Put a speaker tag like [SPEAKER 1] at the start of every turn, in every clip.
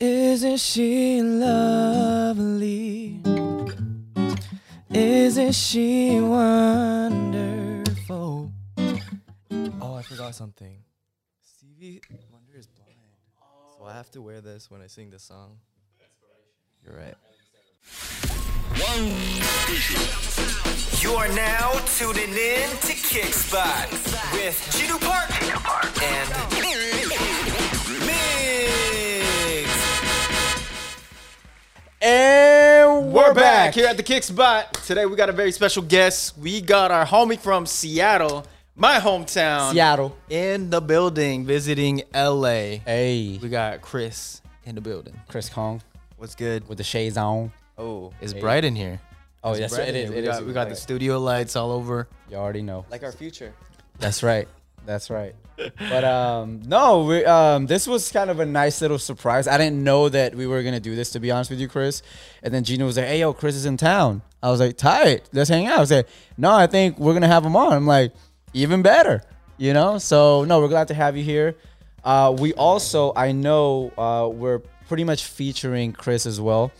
[SPEAKER 1] Isn't she lovely? Isn't she wonderful? Oh, I forgot something. Stevie Wonder is blind. So I have to wear this when I sing the song. You're right.
[SPEAKER 2] You are now tuning in to Kickspot with Jinu Park and Migs.
[SPEAKER 1] And
[SPEAKER 3] We're back here at the Kick Spot. Today we got a very special guest. We got our homie from Seattle, my hometown,
[SPEAKER 1] Seattle.
[SPEAKER 3] in the building visiting LA.
[SPEAKER 1] Hey,
[SPEAKER 3] We got Chris in the building.
[SPEAKER 1] Chris Kong
[SPEAKER 3] What's good?
[SPEAKER 1] with the shades on.
[SPEAKER 3] Oh, it's bright in here.
[SPEAKER 1] Oh, yes,
[SPEAKER 3] Bright in
[SPEAKER 1] it is.
[SPEAKER 3] here.
[SPEAKER 1] it
[SPEAKER 3] We
[SPEAKER 1] is.
[SPEAKER 3] got, we got the studio lights all over.
[SPEAKER 1] You already know.
[SPEAKER 3] Like our future.
[SPEAKER 1] That's right. That's right. But um, no, we, um, this was kind of a nice little surprise. I didn't know that we were gonna do this, to be honest with you, Chris. And then Gino was like, "Hey, yo, Chris is in town." I was like, "Tight, let's hang out." I said, "No, I think we're gonna have him on." I'm like, "Even better," you know. So no, we're glad to have you here. Uh, we also, I know, uh, we're pretty much featuring Chris as well.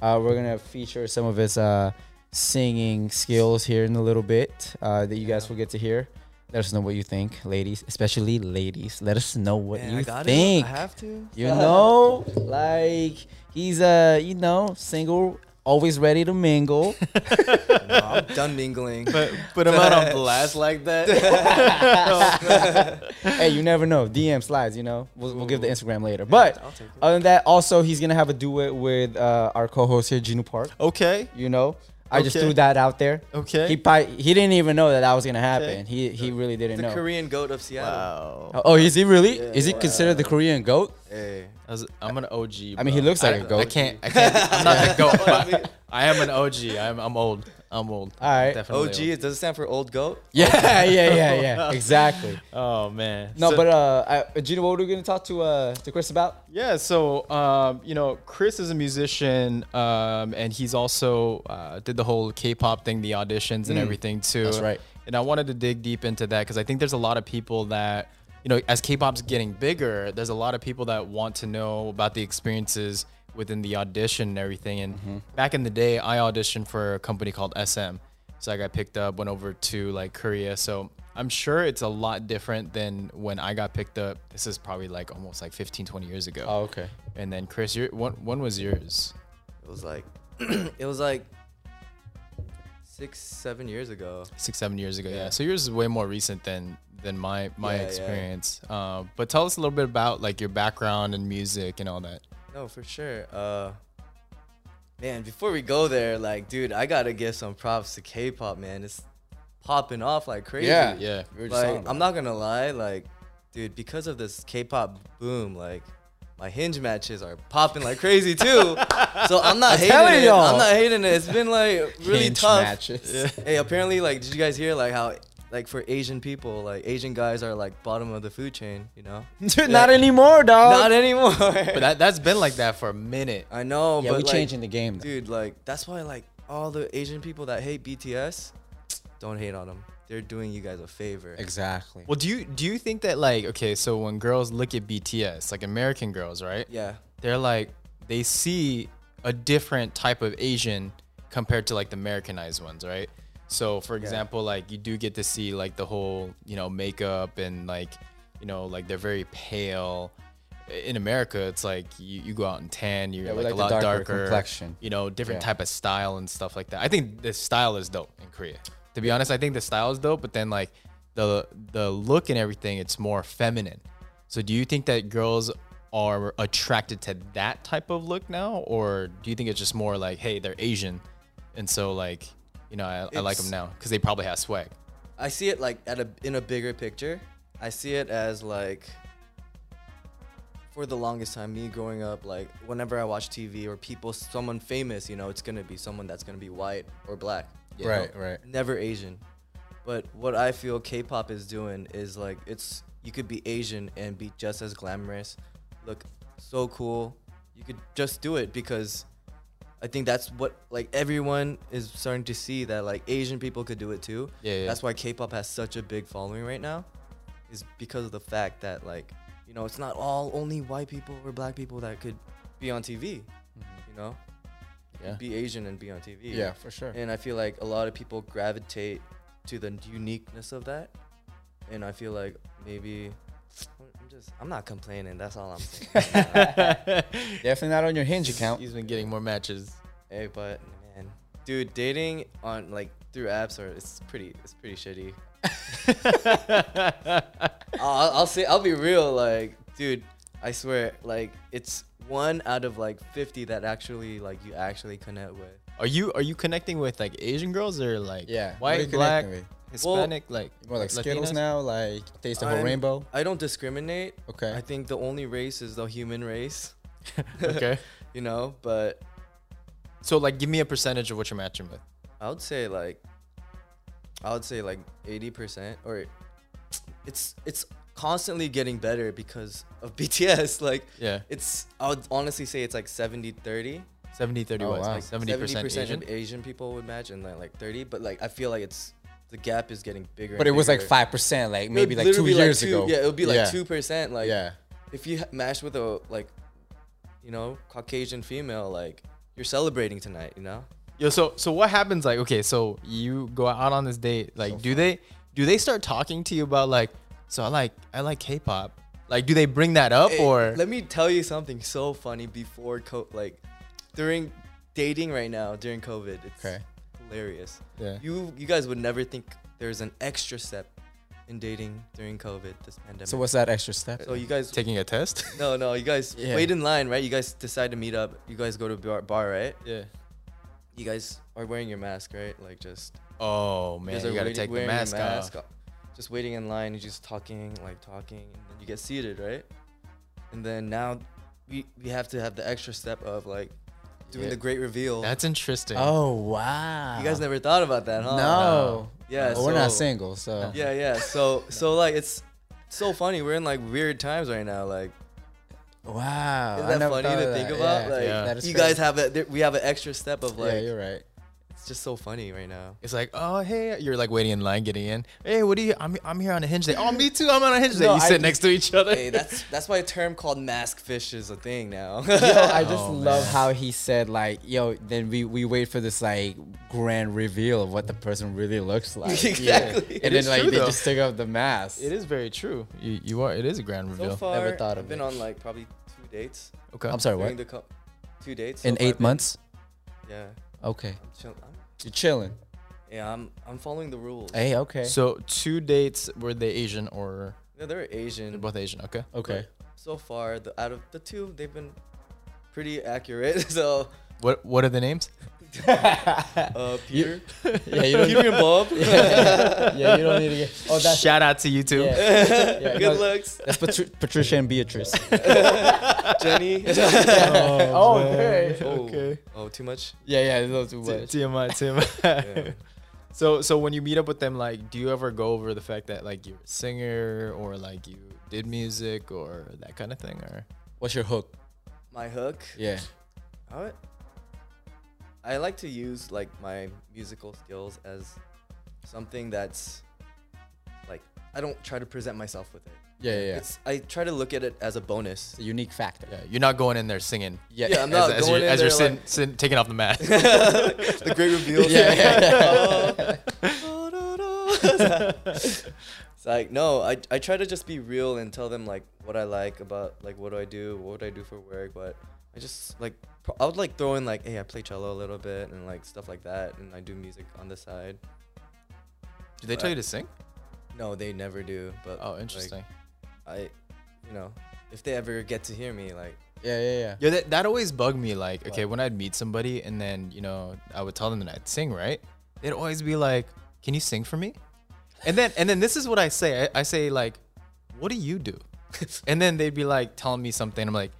[SPEAKER 1] Uh, we're gonna feature some of his uh, singing skills here in a little bit uh, that you guys will get to hear. Let us know what you think, ladies, especially ladies. Let us know what
[SPEAKER 3] Man,
[SPEAKER 1] you
[SPEAKER 3] I got
[SPEAKER 1] think.
[SPEAKER 3] it. I have to.
[SPEAKER 1] You know, like he's uh, you know, single, always ready to mingle. Oh,
[SPEAKER 2] I'm done mingling.
[SPEAKER 3] Put, put him out on blast like that.
[SPEAKER 1] hey, you never know. DM slides, you know. We'll, we'll give the Instagram later. But other than that, also he's gonna have a duet with uh, our co-host here, Ginu Park.
[SPEAKER 3] okay.
[SPEAKER 1] You know, I just
[SPEAKER 3] Okay.
[SPEAKER 1] threw that out there.
[SPEAKER 3] Okay.
[SPEAKER 1] He probably, he didn't even know that that was gonna happen.
[SPEAKER 3] Okay.
[SPEAKER 1] He he really didn't
[SPEAKER 2] the
[SPEAKER 1] know.
[SPEAKER 2] Korean goat of Seattle.
[SPEAKER 3] Wow.
[SPEAKER 1] oh, is he really? is he considered the Korean goat?
[SPEAKER 2] Hey.
[SPEAKER 3] I was, I'm an OG.
[SPEAKER 1] I mean, he
[SPEAKER 3] bro.
[SPEAKER 1] looks like
[SPEAKER 3] I-
[SPEAKER 1] a goat.
[SPEAKER 3] I can't. I can't. I'm not the goat. But I am an OG. I'm, I'm old. I'm old.
[SPEAKER 1] All right.
[SPEAKER 3] Definitely
[SPEAKER 2] OG, it doesn't stand for old goat.
[SPEAKER 1] Yeah, yeah, yeah, yeah. Exactly.
[SPEAKER 3] old. Oh man.
[SPEAKER 1] No,
[SPEAKER 3] So-
[SPEAKER 1] but uh, I, Gina, what were we gonna talk to uh to Chris about?
[SPEAKER 3] Yeah, so um, you know, Chris is a musician, um, and he's also uh, did the whole K-pop thing, the auditions and everything too.
[SPEAKER 1] Mm. that's right.
[SPEAKER 3] And I wanted to dig deep into that because I think there's a lot of people that you know, as K-pop's getting bigger, there's a lot of people that want to know about the experiences within the audition and everything. And
[SPEAKER 1] Mm-hmm.
[SPEAKER 3] back in the day, I auditioned for a company called SM, so I got picked up, went over to like Korea. So I'm sure it's a lot different than when I got picked up. This is probably like almost like 15, 20 years ago.
[SPEAKER 1] Oh, okay.
[SPEAKER 3] And then Chris, your one one was yours.
[SPEAKER 2] It was like, it was like six, seven years ago.
[SPEAKER 3] Six, seven years ago. Yeah. So yours is way more recent than than my my
[SPEAKER 2] Yeah, yeah.
[SPEAKER 3] experience. Uh, but tell us a little bit about like your background and music and all that.
[SPEAKER 2] No, for sure. Uh, man, before we go there, like, dude, I gotta give some props to K-pop, man. It's popping off like crazy.
[SPEAKER 1] Yeah.
[SPEAKER 3] Yeah.
[SPEAKER 1] We were just talking
[SPEAKER 2] Like,
[SPEAKER 1] about
[SPEAKER 2] I'm not gonna lie, like, dude, because of this K-pop boom, like, my hinge matches are popping like crazy too. so I'm not
[SPEAKER 1] telling
[SPEAKER 2] hating it.
[SPEAKER 1] y'all.
[SPEAKER 2] I'm not hating it. It's been like really
[SPEAKER 1] Hinge
[SPEAKER 2] tough.
[SPEAKER 1] matches.
[SPEAKER 2] Hey, apparently, like, did you guys hear like how? Like for Asian people, like Asian guys are like bottom of the food chain, you know.
[SPEAKER 1] Dude, Not anymore, dog.
[SPEAKER 2] Not anymore.
[SPEAKER 3] But that that's been like that for a minute.
[SPEAKER 2] I know.
[SPEAKER 1] yeah,
[SPEAKER 2] but
[SPEAKER 1] we
[SPEAKER 2] like,
[SPEAKER 1] changing the game. Though.
[SPEAKER 2] dude like that's why like all the asian people that hate bts don't hate on them they're doing you guys a favor
[SPEAKER 1] Exactly.
[SPEAKER 3] Well, do you do you think that like okay, so when girls look at BTS, like American girls, right?
[SPEAKER 2] yeah
[SPEAKER 3] They're like they see a different type of Asian compared to like the Americanized ones, right? So for example, like you do get to see like the whole, you know, makeup and like, you know, like they're very pale. In America, it's like you, you go out and tan, you're
[SPEAKER 1] Yeah, we like
[SPEAKER 3] like, a
[SPEAKER 1] the
[SPEAKER 3] lot
[SPEAKER 1] darker
[SPEAKER 3] darker,
[SPEAKER 1] complexion.
[SPEAKER 3] you know, different
[SPEAKER 1] Yeah.
[SPEAKER 3] type of style and stuff like that. I think the style is dope in Korea. To be honest, I think the style is dope, but then like the the look and everything, it's more feminine. So do you think that girls are attracted to that type of look now, or do you think it's just more like, hey, they're Asian, and so like, you know, I, I like them
[SPEAKER 2] It's-
[SPEAKER 3] now because they probably have swag.
[SPEAKER 2] i see it like at a in a bigger picture i see it as like for the longest time me growing up like whenever i watch tv or people someone famous you know it's gonna be someone that's gonna be white or black you know?
[SPEAKER 1] Right, right.
[SPEAKER 2] never asian but what i feel k-pop is doing is like it's you could be asian and be just as glamorous look so cool you could just do it because i think that's what like everyone is starting to see that like asian people could do it too
[SPEAKER 3] Yeah, yeah.
[SPEAKER 2] that's why k-pop has such a big following right now is because of the fact that like you know it's not all only white people or black people that could be on TV. You know,
[SPEAKER 1] Yeah.
[SPEAKER 2] be Asian and be on TV.
[SPEAKER 1] Yeah, for sure.
[SPEAKER 2] And I feel like a lot of people gravitate to the uniqueness of that. And I feel like maybe I'm just I'm not complaining. That's all I'm saying.
[SPEAKER 1] Definitely not on your hinge account.
[SPEAKER 3] He's been getting more matches.
[SPEAKER 2] hey, but man, dude, dating on like through apps or it's pretty it's pretty shitty. I'll, I'll say I'll be real, like dude, I swear, like it's one out of like 50 that actually like you actually connect with.
[SPEAKER 3] Are you are you connecting with like Asian girls or like
[SPEAKER 1] Yeah, what are you
[SPEAKER 3] white, black,
[SPEAKER 1] connecting
[SPEAKER 3] Hispanic, like
[SPEAKER 1] More like Skittles
[SPEAKER 3] Latinas?
[SPEAKER 1] now, like taste the whole
[SPEAKER 2] I'm-
[SPEAKER 1] rainbow.
[SPEAKER 2] I don't discriminate.
[SPEAKER 1] Okay.
[SPEAKER 2] I think the only race is the human race.
[SPEAKER 3] okay.
[SPEAKER 2] you know, but
[SPEAKER 3] So like give me a percentage of what you're matching with.
[SPEAKER 2] I would say like I would say like 80% or it's it's constantly getting better because of BTS like
[SPEAKER 3] Yeah.
[SPEAKER 2] it's I would honestly say it's like 70 30
[SPEAKER 3] 70 30
[SPEAKER 1] Oh,
[SPEAKER 3] was
[SPEAKER 1] wow.
[SPEAKER 3] like 70 percent Asian.
[SPEAKER 2] of Asian people would match and then like 30 but like I feel like it's the gap is getting bigger
[SPEAKER 1] But it
[SPEAKER 2] and
[SPEAKER 1] was like
[SPEAKER 2] bigger.
[SPEAKER 1] five percent, like
[SPEAKER 2] It would
[SPEAKER 1] maybe like two
[SPEAKER 2] literally be, like,
[SPEAKER 1] years
[SPEAKER 2] two-
[SPEAKER 1] ago.
[SPEAKER 2] yeah it would be like
[SPEAKER 1] Yeah.
[SPEAKER 2] 2% like
[SPEAKER 1] yeah.
[SPEAKER 2] if you ha- match with a like you know Caucasian female like you're celebrating tonight you know
[SPEAKER 3] Yo, so so what happens like okay, so you go out on this date, like do they do they start talking to you about like so I like I like K-pop. Like do they bring that up
[SPEAKER 2] Hey,
[SPEAKER 3] or
[SPEAKER 2] let me tell you something so funny before co- like during dating right now during covid it's
[SPEAKER 1] Okay.
[SPEAKER 2] hilarious
[SPEAKER 3] Yeah.
[SPEAKER 2] you you guys would never think there's an extra step in dating during covid this pandemic
[SPEAKER 1] So what's that extra step?
[SPEAKER 2] so you guys
[SPEAKER 3] taking a test?
[SPEAKER 2] no no you guys
[SPEAKER 1] Yeah.
[SPEAKER 2] wait in line right you guys decide to meet up you guys go to bar, bar right
[SPEAKER 3] yeah.
[SPEAKER 2] you guys are wearing your mask right like just
[SPEAKER 3] Oh man,
[SPEAKER 2] guys
[SPEAKER 3] you
[SPEAKER 2] are
[SPEAKER 3] gotta
[SPEAKER 2] waiting-
[SPEAKER 3] take the
[SPEAKER 2] wearing your
[SPEAKER 3] mask, off.
[SPEAKER 2] Just waiting in line, you're just talking, like talking, and then you get seated, right? And then now we, we have to have the extra step of like doing
[SPEAKER 1] Yeah.
[SPEAKER 2] the great reveal.
[SPEAKER 3] That's interesting.
[SPEAKER 1] oh wow.
[SPEAKER 2] you guys never thought about that, huh?
[SPEAKER 1] No.
[SPEAKER 2] Yeah,
[SPEAKER 1] But we're not
[SPEAKER 2] so-
[SPEAKER 1] single, so
[SPEAKER 2] Yeah, yeah. So so like it's so funny. We're in like weird times right now. Like
[SPEAKER 1] Wow.
[SPEAKER 2] Isn't
[SPEAKER 1] Oh, I
[SPEAKER 2] that
[SPEAKER 1] never
[SPEAKER 2] funny
[SPEAKER 1] thought
[SPEAKER 2] to
[SPEAKER 1] of
[SPEAKER 2] think
[SPEAKER 1] that.
[SPEAKER 2] about?
[SPEAKER 1] Yeah.
[SPEAKER 2] Like
[SPEAKER 3] Yeah.
[SPEAKER 1] That is
[SPEAKER 2] you
[SPEAKER 1] crazy.
[SPEAKER 2] guys have that. We have an extra step of like
[SPEAKER 1] yeah, you're right.
[SPEAKER 2] it's just so funny right now.
[SPEAKER 3] It's like, oh hey, you're like waiting in line, getting in. Hey, what do you? I'm I'm here on a hinge day. Oh, me too. I'm on a hinge day.
[SPEAKER 1] No,
[SPEAKER 3] you
[SPEAKER 1] I
[SPEAKER 3] sit
[SPEAKER 1] just-
[SPEAKER 3] next to each other.
[SPEAKER 2] Hey, that's that's why a term called mask fish is a thing now.
[SPEAKER 1] Yo, I just
[SPEAKER 3] Oh,
[SPEAKER 1] love
[SPEAKER 3] man.
[SPEAKER 1] how he said like, yo, then we, we wait for this like grand reveal of what the person really looks like.
[SPEAKER 2] Exactly.
[SPEAKER 1] And
[SPEAKER 3] It
[SPEAKER 1] then
[SPEAKER 3] is
[SPEAKER 1] like
[SPEAKER 3] true,
[SPEAKER 1] they
[SPEAKER 3] though.
[SPEAKER 1] just take off the mask.
[SPEAKER 3] It is very true. You, you are. It is a grand reveal.
[SPEAKER 2] So far,
[SPEAKER 1] Never thought
[SPEAKER 2] I've
[SPEAKER 1] of
[SPEAKER 2] been
[SPEAKER 1] it.
[SPEAKER 2] on like probably two dates.
[SPEAKER 3] okay.
[SPEAKER 1] I'm sorry,
[SPEAKER 2] during the
[SPEAKER 1] what?
[SPEAKER 2] co- two dates so
[SPEAKER 1] In
[SPEAKER 2] far,
[SPEAKER 1] eight
[SPEAKER 2] babe.
[SPEAKER 1] months?
[SPEAKER 2] Yeah,
[SPEAKER 1] Okay.
[SPEAKER 2] I'm chill. I'm,
[SPEAKER 1] You're chilling.
[SPEAKER 2] yeah, I'm I'm following the rules.
[SPEAKER 1] Hey, okay.
[SPEAKER 3] So two dates were they Asian or
[SPEAKER 2] Yeah, they're Asian.
[SPEAKER 3] they're both Asian? Okay.
[SPEAKER 1] okay.
[SPEAKER 2] So far, the out of the two, they've been pretty accurate. So
[SPEAKER 3] What What are the names?
[SPEAKER 2] uh, Peter,
[SPEAKER 1] Yeah, you don't
[SPEAKER 2] Peter and Bob,
[SPEAKER 1] yeah, you don't need to get Oh that's
[SPEAKER 3] Shout out to you two.
[SPEAKER 1] yeah. Yeah,
[SPEAKER 2] good
[SPEAKER 1] no,
[SPEAKER 2] looks,
[SPEAKER 1] That's Patri- Patricia and Beatrice.
[SPEAKER 2] Jenny.
[SPEAKER 1] oh, okay.
[SPEAKER 3] Okay.
[SPEAKER 2] Oh, too much.
[SPEAKER 1] Yeah, yeah, a little too much.
[SPEAKER 3] TMI, TMI. So so when you meet up with them, like, do you ever go over the fact that like you're a singer or like you did music or that kind of thing or?
[SPEAKER 1] What's your hook?
[SPEAKER 2] My hook.
[SPEAKER 1] Yeah.
[SPEAKER 2] I would- I like to use like my musical skills as something that's like I don't try to present myself with it.
[SPEAKER 1] Yeah, yeah. yeah.
[SPEAKER 2] It's I try to look at it as a bonus.
[SPEAKER 1] It's a unique factor.
[SPEAKER 3] Yeah, you're not going in there singing.
[SPEAKER 2] Yeah, I'm not
[SPEAKER 3] as, as
[SPEAKER 2] going
[SPEAKER 3] you're,
[SPEAKER 2] in
[SPEAKER 3] as you're
[SPEAKER 2] there,
[SPEAKER 3] sitting,
[SPEAKER 2] like-
[SPEAKER 3] sitting- taking off the mask.
[SPEAKER 2] the great reveal.
[SPEAKER 1] Yeah, yeah,
[SPEAKER 2] it's like no, I I try to just be real and tell them like what I like about like what do I do, what do I do for work, but I just like pro- I would like throw in like hey I play cello a little bit and like stuff like that and I do music on the side.
[SPEAKER 3] Did they tell you to sing?
[SPEAKER 2] No, they never do. But
[SPEAKER 3] Oh,
[SPEAKER 2] like,
[SPEAKER 3] interesting.
[SPEAKER 2] I, you know, if they ever get to hear me, like,
[SPEAKER 1] Yeah, yeah, yeah.
[SPEAKER 3] Yeah, that, that always bugged me. Like, okay, when I'd meet somebody and then, you know, I would tell them that I'd sing, right? They'd always be like, Can you sing for me? And then and then this is what I say. I, I say, like, what do you do? and then they'd be like telling me something. I'm like,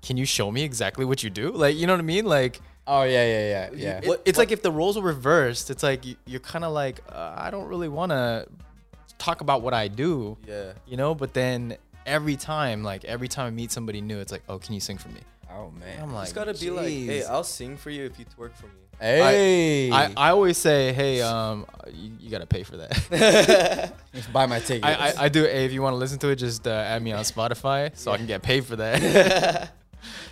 [SPEAKER 3] Can you show me exactly what you do? Like, you know what I mean? Like
[SPEAKER 1] Oh, yeah, yeah, yeah, yeah.
[SPEAKER 3] it- it's like if the roles were reversed, it's like you, you're kind of like, uh, I don't really want to talk about what I do,
[SPEAKER 2] yeah,
[SPEAKER 3] you know? But then every time, like every time I meet somebody new, it's like, oh, can you sing for me?
[SPEAKER 1] oh
[SPEAKER 3] And I'm
[SPEAKER 1] man.
[SPEAKER 3] like,
[SPEAKER 2] it's gotta be like, hey,
[SPEAKER 3] "Jeez."
[SPEAKER 2] I'll sing for you if you twerk for me.
[SPEAKER 1] Hey.
[SPEAKER 3] I, I always say, hey, um, you, you gotta pay for that.
[SPEAKER 1] buy my tickets.
[SPEAKER 3] I, I, I do. Hey, if you want to listen to it, just uh, add me on Spotify so I can get paid for that.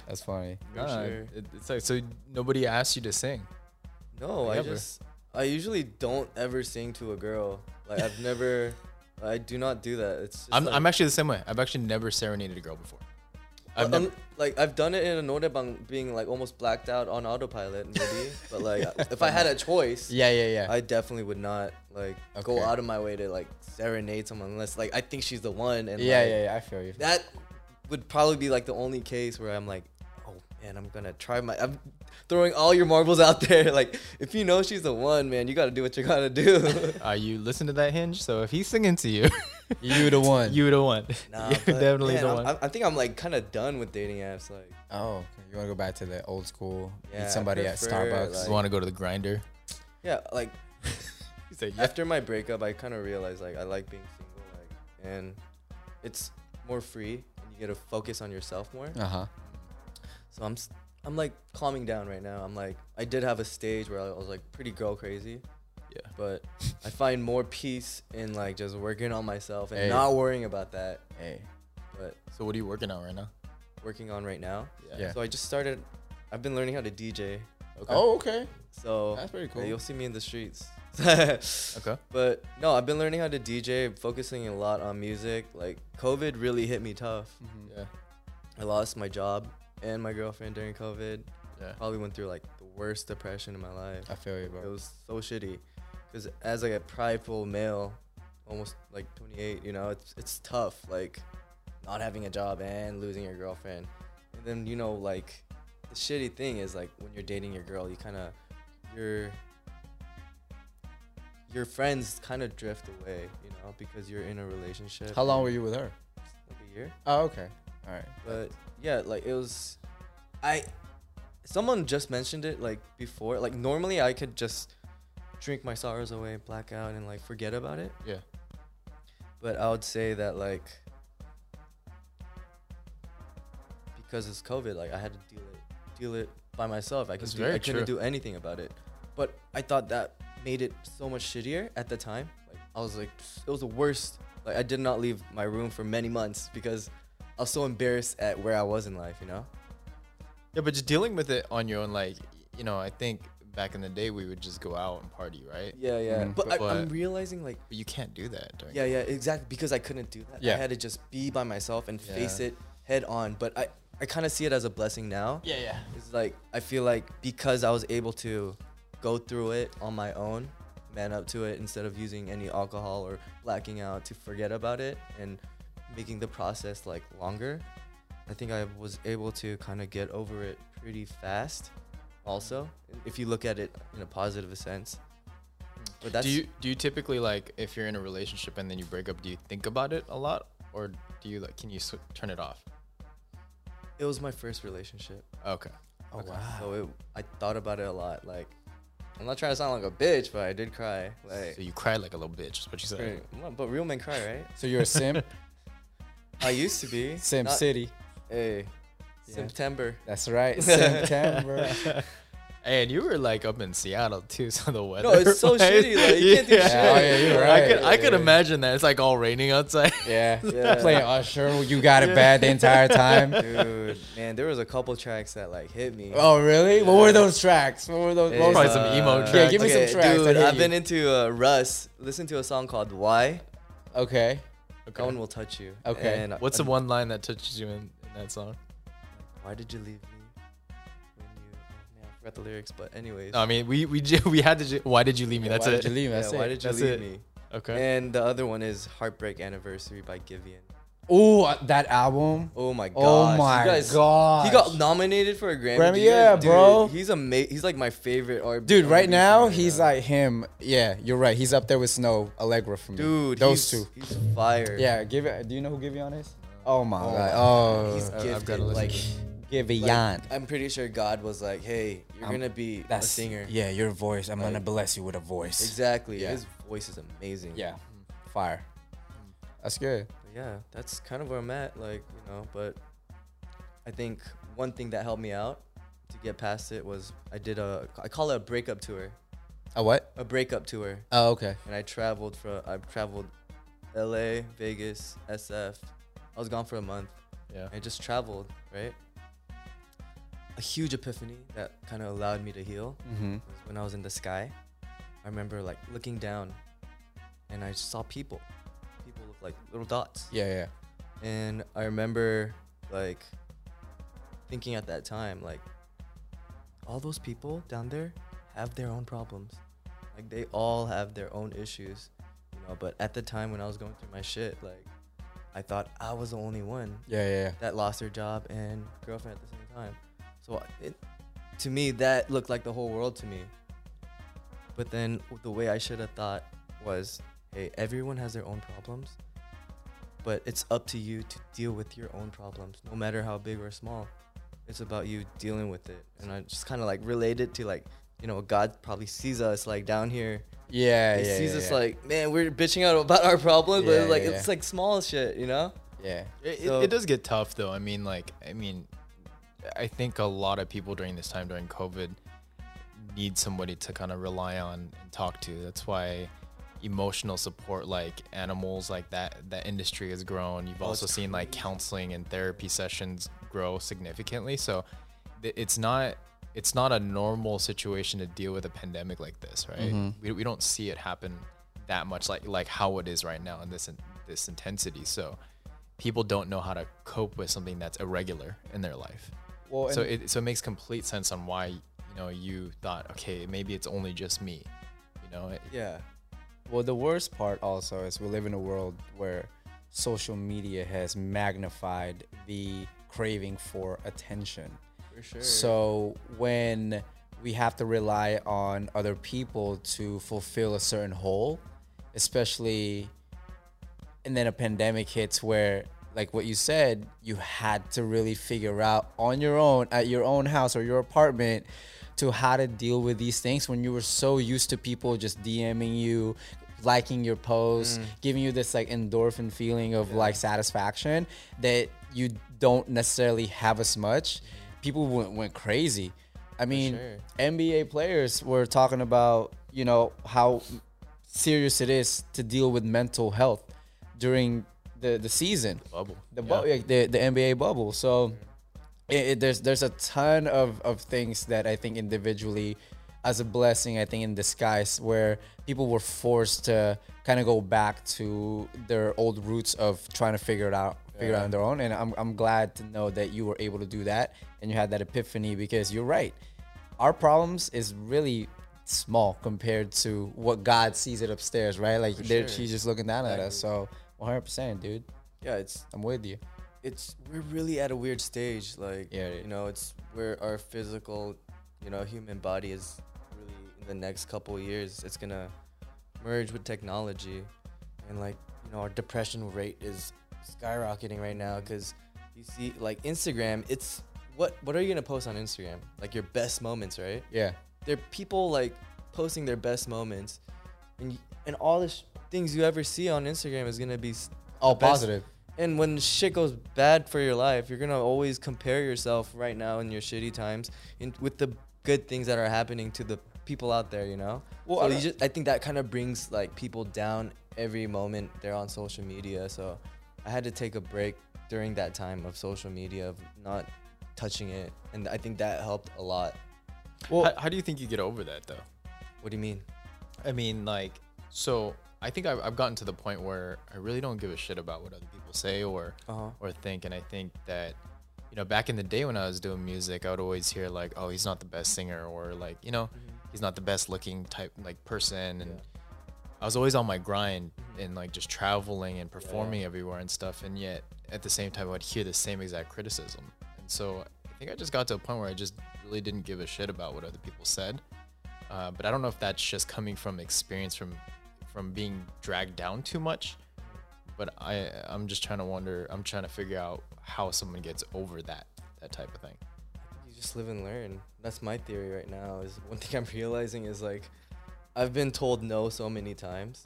[SPEAKER 1] That's funny.
[SPEAKER 3] Nah,
[SPEAKER 2] sure.
[SPEAKER 3] it- it's like so nobody asked you to sing.
[SPEAKER 2] No,
[SPEAKER 3] Like
[SPEAKER 2] I
[SPEAKER 3] ever.
[SPEAKER 2] just I usually don't ever sing to a girl. Like I've never I do not do that. It's just
[SPEAKER 3] I'm,
[SPEAKER 2] like,
[SPEAKER 3] I'm actually the same way. I've actually never serenaded a girl before. I've
[SPEAKER 2] I'm-
[SPEAKER 3] never.
[SPEAKER 2] like I've done it in a norebang being like almost blacked out on autopilot maybe, but like if I had a choice,
[SPEAKER 1] Yeah, yeah, yeah.
[SPEAKER 2] I definitely would not like go
[SPEAKER 1] Okay.
[SPEAKER 2] out of my way to like serenade someone unless like I think she's the one and
[SPEAKER 1] yeah,
[SPEAKER 2] like,
[SPEAKER 1] yeah, yeah. I feel you.
[SPEAKER 2] that would probably be like the only case where I'm like, oh man, I'm gonna try my. I'm throwing all your marbles out there. Like, if you know she's the one, man, you gotta do what you gotta do.
[SPEAKER 3] Uh, you listen to that hinge, so if he's singing to you,
[SPEAKER 1] You the one.
[SPEAKER 3] you the one. You're
[SPEAKER 2] but,
[SPEAKER 3] definitely
[SPEAKER 2] man,
[SPEAKER 3] the
[SPEAKER 2] I'm-
[SPEAKER 3] one.
[SPEAKER 2] I, I think I'm like kind of done with dating apps. Like,
[SPEAKER 1] Oh, okay. you want to go back to the old school?
[SPEAKER 2] Yeah, I
[SPEAKER 1] meet somebody at
[SPEAKER 2] prefer,
[SPEAKER 1] Starbucks.
[SPEAKER 3] you want to go to the grinder?
[SPEAKER 2] yeah, like
[SPEAKER 3] He's like, yeah.
[SPEAKER 2] after my breakup, I kind of realized like I like being single, like, and it's more free, and you get to focus on yourself more.
[SPEAKER 1] Uh huh.
[SPEAKER 2] So I'm, s- I'm like calming down right now. I'm like, I did have a stage where I was like pretty girl crazy.
[SPEAKER 3] Yeah.
[SPEAKER 2] but I find more peace in like just working on myself and
[SPEAKER 1] Hey.
[SPEAKER 2] not worrying about that.
[SPEAKER 1] Hey.
[SPEAKER 2] But
[SPEAKER 3] So what are you working on right now?
[SPEAKER 2] working on right now.
[SPEAKER 1] Yeah.
[SPEAKER 2] So I just started. I've been learning how to DJ.
[SPEAKER 3] Okay.
[SPEAKER 1] Oh, okay.
[SPEAKER 2] So
[SPEAKER 1] That's pretty
[SPEAKER 2] yeah,
[SPEAKER 1] cool.
[SPEAKER 2] you'll see me in the streets.
[SPEAKER 3] Okay.
[SPEAKER 2] But no, I've been learning how to DJ, focusing a lot on music. Like COVID really hit me tough.
[SPEAKER 3] Yeah.
[SPEAKER 1] Hmm.
[SPEAKER 2] I lost my job and my girlfriend during COVID.
[SPEAKER 3] Yeah.
[SPEAKER 2] Probably went through like the worst depression in my life.
[SPEAKER 1] I feel you,
[SPEAKER 2] It
[SPEAKER 1] bro.
[SPEAKER 2] was so shitty. Because as like a prideful male, almost like 28, you know, it's it's tough. Like not having a job and losing your girlfriend, and then you know like the shitty thing is like when you're dating your girl, you kind of your your friends kind of drift away, you know, because you're in a relationship.
[SPEAKER 1] How long were you with her?
[SPEAKER 2] Like a year.
[SPEAKER 1] Oh, okay. All right.
[SPEAKER 2] But yeah, like it was, I, someone just mentioned it like before. Like normally I could just drink my sorrows away, black out, and like forget about it.
[SPEAKER 3] Yeah.
[SPEAKER 2] But I would say that like because it's COVID, like I had to deal it, deal it by myself. I
[SPEAKER 3] That's
[SPEAKER 2] could, do,
[SPEAKER 3] very
[SPEAKER 2] I couldn't
[SPEAKER 3] true.
[SPEAKER 2] do anything about it. But I thought that made it so much shittier at the time. Like I was like, it was the worst. Like I did not leave my room for many months because I was so embarrassed at where I was in life. You know?
[SPEAKER 3] Yeah, but just dealing with it on your own, like you know, I think back in the day we would just go out and party, right?
[SPEAKER 2] Yeah, yeah.
[SPEAKER 1] Mhm.
[SPEAKER 2] But, I, I'm
[SPEAKER 3] But-
[SPEAKER 2] realizing like
[SPEAKER 3] But you can't do that during.
[SPEAKER 2] Yeah, yeah, exactly. Because I couldn't do that.
[SPEAKER 1] Yeah.
[SPEAKER 2] I had to just be by myself and face
[SPEAKER 1] Yeah.
[SPEAKER 2] it head on. But I, I kind of see it as a blessing now.
[SPEAKER 1] Yeah, yeah.
[SPEAKER 2] It's like, I feel like because I was able to go through it on my own, man up to it instead of using any alcohol or blacking out to forget about it and making the process like longer, I think I was able to kind of get over it pretty fast also, if you look at it in a positive sense. But that's
[SPEAKER 3] do you do you typically like if you're in a relationship and then you break up, do you think about it a lot, or do you like can you sw- turn it off?
[SPEAKER 2] it was my first relationship.
[SPEAKER 3] Okay.
[SPEAKER 1] Oh,
[SPEAKER 2] Okay,
[SPEAKER 1] wow.
[SPEAKER 2] So it, I thought about it a lot. Like, I'm not trying to sound like a bitch, but I did cry. Like,
[SPEAKER 3] So you cried like a little bitch. Is what you said.
[SPEAKER 2] right. Well, but real men cry, right?
[SPEAKER 1] So you're a sim?
[SPEAKER 2] I used to be.
[SPEAKER 1] sim
[SPEAKER 2] Not-
[SPEAKER 1] City.
[SPEAKER 2] Hey,
[SPEAKER 1] Yeah.
[SPEAKER 2] September.
[SPEAKER 1] That's right. September.
[SPEAKER 3] Hey, and you were like up in Seattle too, so the weather.
[SPEAKER 2] No, it's so
[SPEAKER 3] was-
[SPEAKER 2] shitty, like, you can't do
[SPEAKER 1] Yeah, shit. oh, yeah, you're
[SPEAKER 3] I could, I
[SPEAKER 1] right.
[SPEAKER 3] could imagine that. It's like all raining outside.
[SPEAKER 1] Yeah.
[SPEAKER 2] Yeah.
[SPEAKER 1] Playing Usher. You got it bad the entire time.
[SPEAKER 2] Dude, man, there was a couple tracks that like hit me.
[SPEAKER 1] Oh, really? What were those tracks? What were those?
[SPEAKER 2] Hey,
[SPEAKER 1] what was
[SPEAKER 3] Probably
[SPEAKER 1] the-
[SPEAKER 3] some emo
[SPEAKER 1] Yeah, give me some
[SPEAKER 2] okay,
[SPEAKER 1] tracks, I
[SPEAKER 2] Dude,
[SPEAKER 1] hear
[SPEAKER 2] I've
[SPEAKER 1] you.
[SPEAKER 2] been into uh, Russ. Listen to a song called Why.
[SPEAKER 1] okay.
[SPEAKER 2] No one will touch you.
[SPEAKER 1] Okay.
[SPEAKER 2] And
[SPEAKER 3] What's
[SPEAKER 2] I,
[SPEAKER 3] the one line that touches you in, in that song?
[SPEAKER 2] Why did you leave me? When you, oh, man, I forgot the lyrics, but anyways.
[SPEAKER 3] No, Oh, I mean we we ju- we had to. ju- Why did you leave me?
[SPEAKER 1] Yeah,
[SPEAKER 3] That's
[SPEAKER 1] why
[SPEAKER 3] it.
[SPEAKER 1] Did you leave?
[SPEAKER 2] yeah,
[SPEAKER 1] That's
[SPEAKER 2] why
[SPEAKER 1] it.
[SPEAKER 2] did you
[SPEAKER 3] That's
[SPEAKER 2] leave
[SPEAKER 3] it.
[SPEAKER 2] me?
[SPEAKER 3] Okay.
[SPEAKER 2] And the other one is Heartbreak Anniversary by Givian.
[SPEAKER 1] Oh, that album.
[SPEAKER 2] uh, Oh my god.
[SPEAKER 1] Oh my god.
[SPEAKER 2] He got nominated for a Grammy.
[SPEAKER 1] Grammy,
[SPEAKER 2] Do you
[SPEAKER 1] yeah,
[SPEAKER 2] dude,
[SPEAKER 1] bro.
[SPEAKER 2] He's ama- he's like my favorite R.
[SPEAKER 1] Dude, right now he's like him. Yeah, you're right. He's up there with Snow Allegra for me.
[SPEAKER 2] dude,
[SPEAKER 1] those
[SPEAKER 2] he's-
[SPEAKER 1] two.
[SPEAKER 2] He's fire.
[SPEAKER 1] Yeah, give it. Do you know who Giveon is? Oh my
[SPEAKER 2] Oh
[SPEAKER 1] god.
[SPEAKER 2] my
[SPEAKER 1] Oh,
[SPEAKER 2] He's
[SPEAKER 3] I- I've
[SPEAKER 2] gifted.
[SPEAKER 3] gotta listen
[SPEAKER 2] like,
[SPEAKER 3] to this.
[SPEAKER 1] Giveon.
[SPEAKER 2] like, I'm pretty sure God was like, "Hey, you're
[SPEAKER 1] I'm-
[SPEAKER 2] gonna be a
[SPEAKER 1] That's
[SPEAKER 2] singer."
[SPEAKER 1] Yeah, your voice. I'm gonna
[SPEAKER 2] Like-
[SPEAKER 1] bless you with a voice.
[SPEAKER 2] Exactly. Mm-hmm.
[SPEAKER 1] Yeah.
[SPEAKER 2] His voice is amazing.
[SPEAKER 1] Yeah, fire. That's good.
[SPEAKER 2] But yeah, that's kind of where I'm at. Like, you know, but I think one thing that helped me out to get past it was I did a I call it a breakup tour,
[SPEAKER 1] A what?
[SPEAKER 2] a breakup tour.
[SPEAKER 1] Oh, okay.
[SPEAKER 2] and I traveled for I've traveled LA, Vegas, SF. I was gone for a month.
[SPEAKER 3] Yeah.
[SPEAKER 2] I just traveled, right? a huge epiphany that kind of allowed me to heal
[SPEAKER 1] Mm-hmm.
[SPEAKER 2] was when I was in the sky. I remember like looking down, and I saw people. People look like little dots.
[SPEAKER 1] Yeah, yeah.
[SPEAKER 2] And I remember like thinking at that time, like, all those people down there have their own problems. Like they all have their own issues. You know, but at the time when I was going through my shit, like I thought I was the only one
[SPEAKER 1] Yeah, yeah, yeah.
[SPEAKER 2] that lost their job and girlfriend at the same time. So it, to me, that looked like the whole world to me. But then the way I should have thought was, hey, everyone has their own problems, but it's up to you to deal with your own problems, no matter how big or small. It's about you dealing with it, and I just kind of like relate it to like, you know, God probably sees us like down here.
[SPEAKER 1] Yeah,
[SPEAKER 2] He
[SPEAKER 1] yeah.
[SPEAKER 2] sees
[SPEAKER 1] yeah,
[SPEAKER 2] us
[SPEAKER 1] yeah.
[SPEAKER 2] like, man, we're bitching out about our problems, but
[SPEAKER 1] Yeah,
[SPEAKER 2] like
[SPEAKER 1] yeah,
[SPEAKER 2] it's
[SPEAKER 1] yeah.
[SPEAKER 2] like small shit, you know?
[SPEAKER 1] Yeah.
[SPEAKER 3] It,
[SPEAKER 2] So-
[SPEAKER 3] it, it does get tough though. I mean, like, I mean, I think a lot of people during this time during COVID need somebody to kind of rely on and talk to. That's why emotional support, like animals, like that that industry has grown. You've also
[SPEAKER 2] it's
[SPEAKER 3] seen like counseling and therapy sessions grow significantly. So th- it's not it's not a normal situation to deal with a pandemic like this, right? We, we don't see it happen that much, like like how it is right now in this in, this intensity. So people don't know how to cope with something that's irregular in their life.
[SPEAKER 1] Well,
[SPEAKER 3] so
[SPEAKER 1] and-
[SPEAKER 3] it so it makes complete sense on why you know you thought okay maybe it's only just me, you know. It,
[SPEAKER 2] Yeah.
[SPEAKER 1] Well, the worst part also is we live in a world where social media has magnified the craving for attention.
[SPEAKER 2] For sure.
[SPEAKER 1] So when we have to rely on other people to fulfill a certain hole, especially and then a pandemic hits where like what you said, you had to really figure out on your own at your own house or your apartment to how to deal with these things when you were so used to people just DMing you, liking your posts, giving you this like endorphin feeling of like satisfaction that you don't necessarily have as much. People went went crazy. I mean,
[SPEAKER 2] sure.
[SPEAKER 1] NBA players were talking about, you know, how serious it is to deal with mental health during the, the season,
[SPEAKER 3] bubble.
[SPEAKER 1] the,
[SPEAKER 3] Yeah.
[SPEAKER 1] bu- like the the NBA bubble. So it, it, there's there's a ton of, of things that I think individually, as a blessing, I think in disguise, where people were forced to kind of go back to their old roots of trying to figure it out, figure it out on their own. And I'm I'm glad to know that you were able to do that and you had that epiphany because you're right, our problems is really small compared to what God sees it upstairs, right? Like there
[SPEAKER 2] sure.
[SPEAKER 1] she's just looking down at us. So 100%, dude.
[SPEAKER 2] Yeah, it's
[SPEAKER 1] I'm with you.
[SPEAKER 2] it's we're really at a weird stage. Like
[SPEAKER 1] Yeah, yeah.
[SPEAKER 2] you know, it's where our physical, you know, human body is really in the next couple of years. It's gonna merge with technology, and like you know, our depression rate is skyrocketing right now because you see, like Instagram, it's what what are you gonna post on Instagram? Like your best moments, right?
[SPEAKER 1] Yeah.
[SPEAKER 2] They're people like posting their best moments, and y- and all the sh- things you ever see on Instagram is gonna be s-
[SPEAKER 1] All
[SPEAKER 2] best-
[SPEAKER 1] positive.
[SPEAKER 2] And when shit goes bad for your life, you're gonna always compare yourself right now in your shitty times in, with the good things that are happening to the people out there. You know. Well,
[SPEAKER 1] Well,
[SPEAKER 2] so
[SPEAKER 1] I
[SPEAKER 2] you
[SPEAKER 1] don't-
[SPEAKER 2] just, I think that kind of brings like people down every moment they're on social media. So I had to take a break during that time of social media of not touching it, and I think that helped a lot.
[SPEAKER 1] Well,
[SPEAKER 3] how, how do you think you get over that though?
[SPEAKER 2] What do you mean?
[SPEAKER 3] I mean, like, so I think I've, I've gotten to the point where I really don't give a shit about what other people say or
[SPEAKER 2] Uh-huh.
[SPEAKER 3] or think, and I think that you know, back in the day when I was doing music, I would always hear like, "Oh, he's not the best singer," or like, you know, he's not the best looking type like person, and I was always on my grind and like just traveling and performing everywhere and stuff, and yet at the same time, I would hear the same exact criticism, and so I think I just got to a point where I just really didn't give a shit about what other people said uh, but I don't know if that's just coming from experience from from being dragged down too much. But I I'm just trying to wonder. I'm trying to figure out how someone gets over that that type of thing.
[SPEAKER 2] you just live and learn. That's my theory right now. Is one thing I'm realizing is like, I've been told no so many times.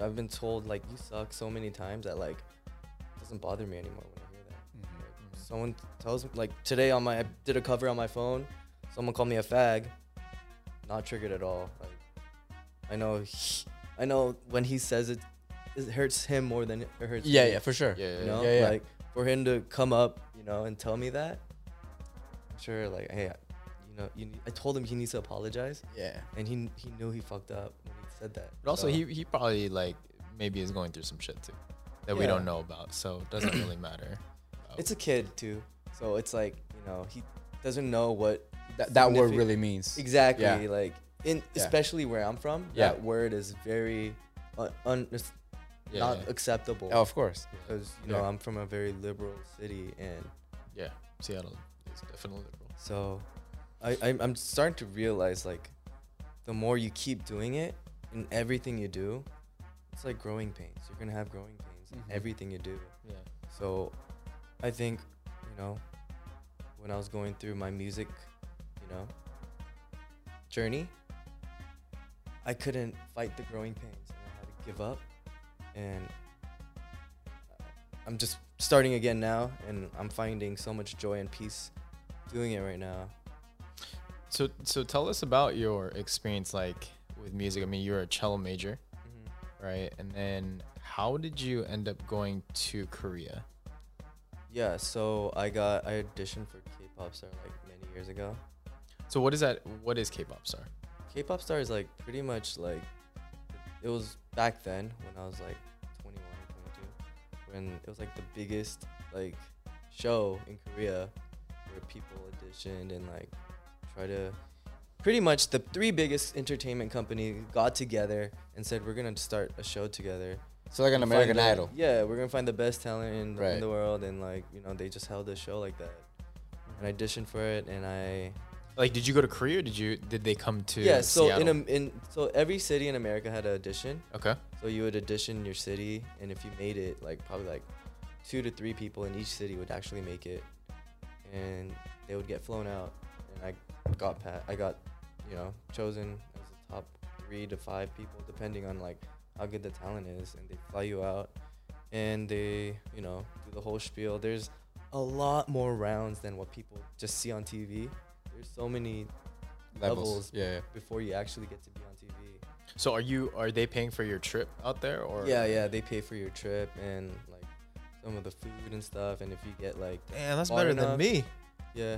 [SPEAKER 2] I've been told like you suck so many times that like, it doesn't bother me anymore when I hear that. Like, someone tells me like today on my I did a cover on my phone. Someone called me a fag. Not triggered at all. Like, I know, he- I know when he says it, it hurts him more than it hurts.
[SPEAKER 1] Yeah,
[SPEAKER 2] me
[SPEAKER 1] yeah, for sure.
[SPEAKER 3] Yeah,
[SPEAKER 2] you know
[SPEAKER 1] yeah, yeah.
[SPEAKER 2] like for him to come up you know and tell me that picture like, hey, you know, you need, I told him he needs to apologize,
[SPEAKER 1] Yeah.
[SPEAKER 2] and he he knew he fucked up when he said that.
[SPEAKER 3] But also,
[SPEAKER 2] So,
[SPEAKER 3] he he probably like maybe is going through some shit too that we
[SPEAKER 2] Yeah.
[SPEAKER 3] don't know about, so it doesn't really matter.
[SPEAKER 2] it's a kid too, so it's like you know he doesn't know what
[SPEAKER 1] That, that word
[SPEAKER 2] signifi-
[SPEAKER 1] really means.
[SPEAKER 2] exactly
[SPEAKER 1] Yeah.
[SPEAKER 2] like in
[SPEAKER 1] Yeah.
[SPEAKER 2] especially where I'm from.
[SPEAKER 1] Yeah.
[SPEAKER 2] That word is very un, un, it's
[SPEAKER 3] Yeah,
[SPEAKER 2] not
[SPEAKER 3] yeah.
[SPEAKER 2] acceptable
[SPEAKER 1] Oh, of course.
[SPEAKER 2] because you know
[SPEAKER 1] Yeah.
[SPEAKER 2] I'm from a very liberal city and
[SPEAKER 3] Yeah, Seattle is definitely liberal.
[SPEAKER 2] So, I, I I'm starting to realize like, the more you keep doing it in everything you do, it's like growing pains. You're gonna have growing pains
[SPEAKER 1] Mhm.
[SPEAKER 2] in everything you do.
[SPEAKER 3] Yeah,
[SPEAKER 2] So, I think, you know, when I was going through my music, you know, journey, I couldn't fight the growing pains. And I had to give up, and uh, I'm just starting again now, and I'm finding so much joy and peace doing it right now.
[SPEAKER 3] So so tell us about your experience like with music. I mean, you're a cello major, right? And then how did you end up going to Korea?
[SPEAKER 2] Yeah, so I got I auditioned for K-pop Star like many years ago.
[SPEAKER 3] So what is that? What is K-pop star?
[SPEAKER 2] K-pop Star is like pretty much like it was back then when I was like 21 or 22 when it was like the biggest like show in Korea where people auditioned and like try to pretty much the three biggest entertainment company got together and said we're going to start a show together
[SPEAKER 1] So like an
[SPEAKER 2] find
[SPEAKER 1] American
[SPEAKER 2] the-
[SPEAKER 1] Idol.
[SPEAKER 2] Yeah, we're gonna find the best talent in, in
[SPEAKER 1] Right.
[SPEAKER 2] the world, and like you know, they just held a show like that, and I auditioned for it, and I
[SPEAKER 3] Like, did you go to Korea? Or did you did they come to?
[SPEAKER 2] yeah. So
[SPEAKER 3] Seattle?
[SPEAKER 2] in a, in so every city in America had an audition.
[SPEAKER 3] okay,
[SPEAKER 2] So you would audition your city, and if you made it, like probably like two to three people in each city would actually make it, and they would get flown out, and I got pat. I got you know chosen as the top three to five people, depending on like how good the talent is, and they fly you out, and they you know do the whole spiel. There's a lot more rounds than what people just see on TV. There's so many
[SPEAKER 1] Levels.
[SPEAKER 2] levels
[SPEAKER 1] Yeah. yeah.
[SPEAKER 2] before you actually get to be on TV.
[SPEAKER 3] so are you are they paying for your trip out there or?
[SPEAKER 2] Yeah, yeah, they pay for your trip and like some of the food and stuff. And if you get like,
[SPEAKER 3] Damn, that's
[SPEAKER 2] Far
[SPEAKER 3] better
[SPEAKER 2] enough.
[SPEAKER 3] than me.
[SPEAKER 2] yeah,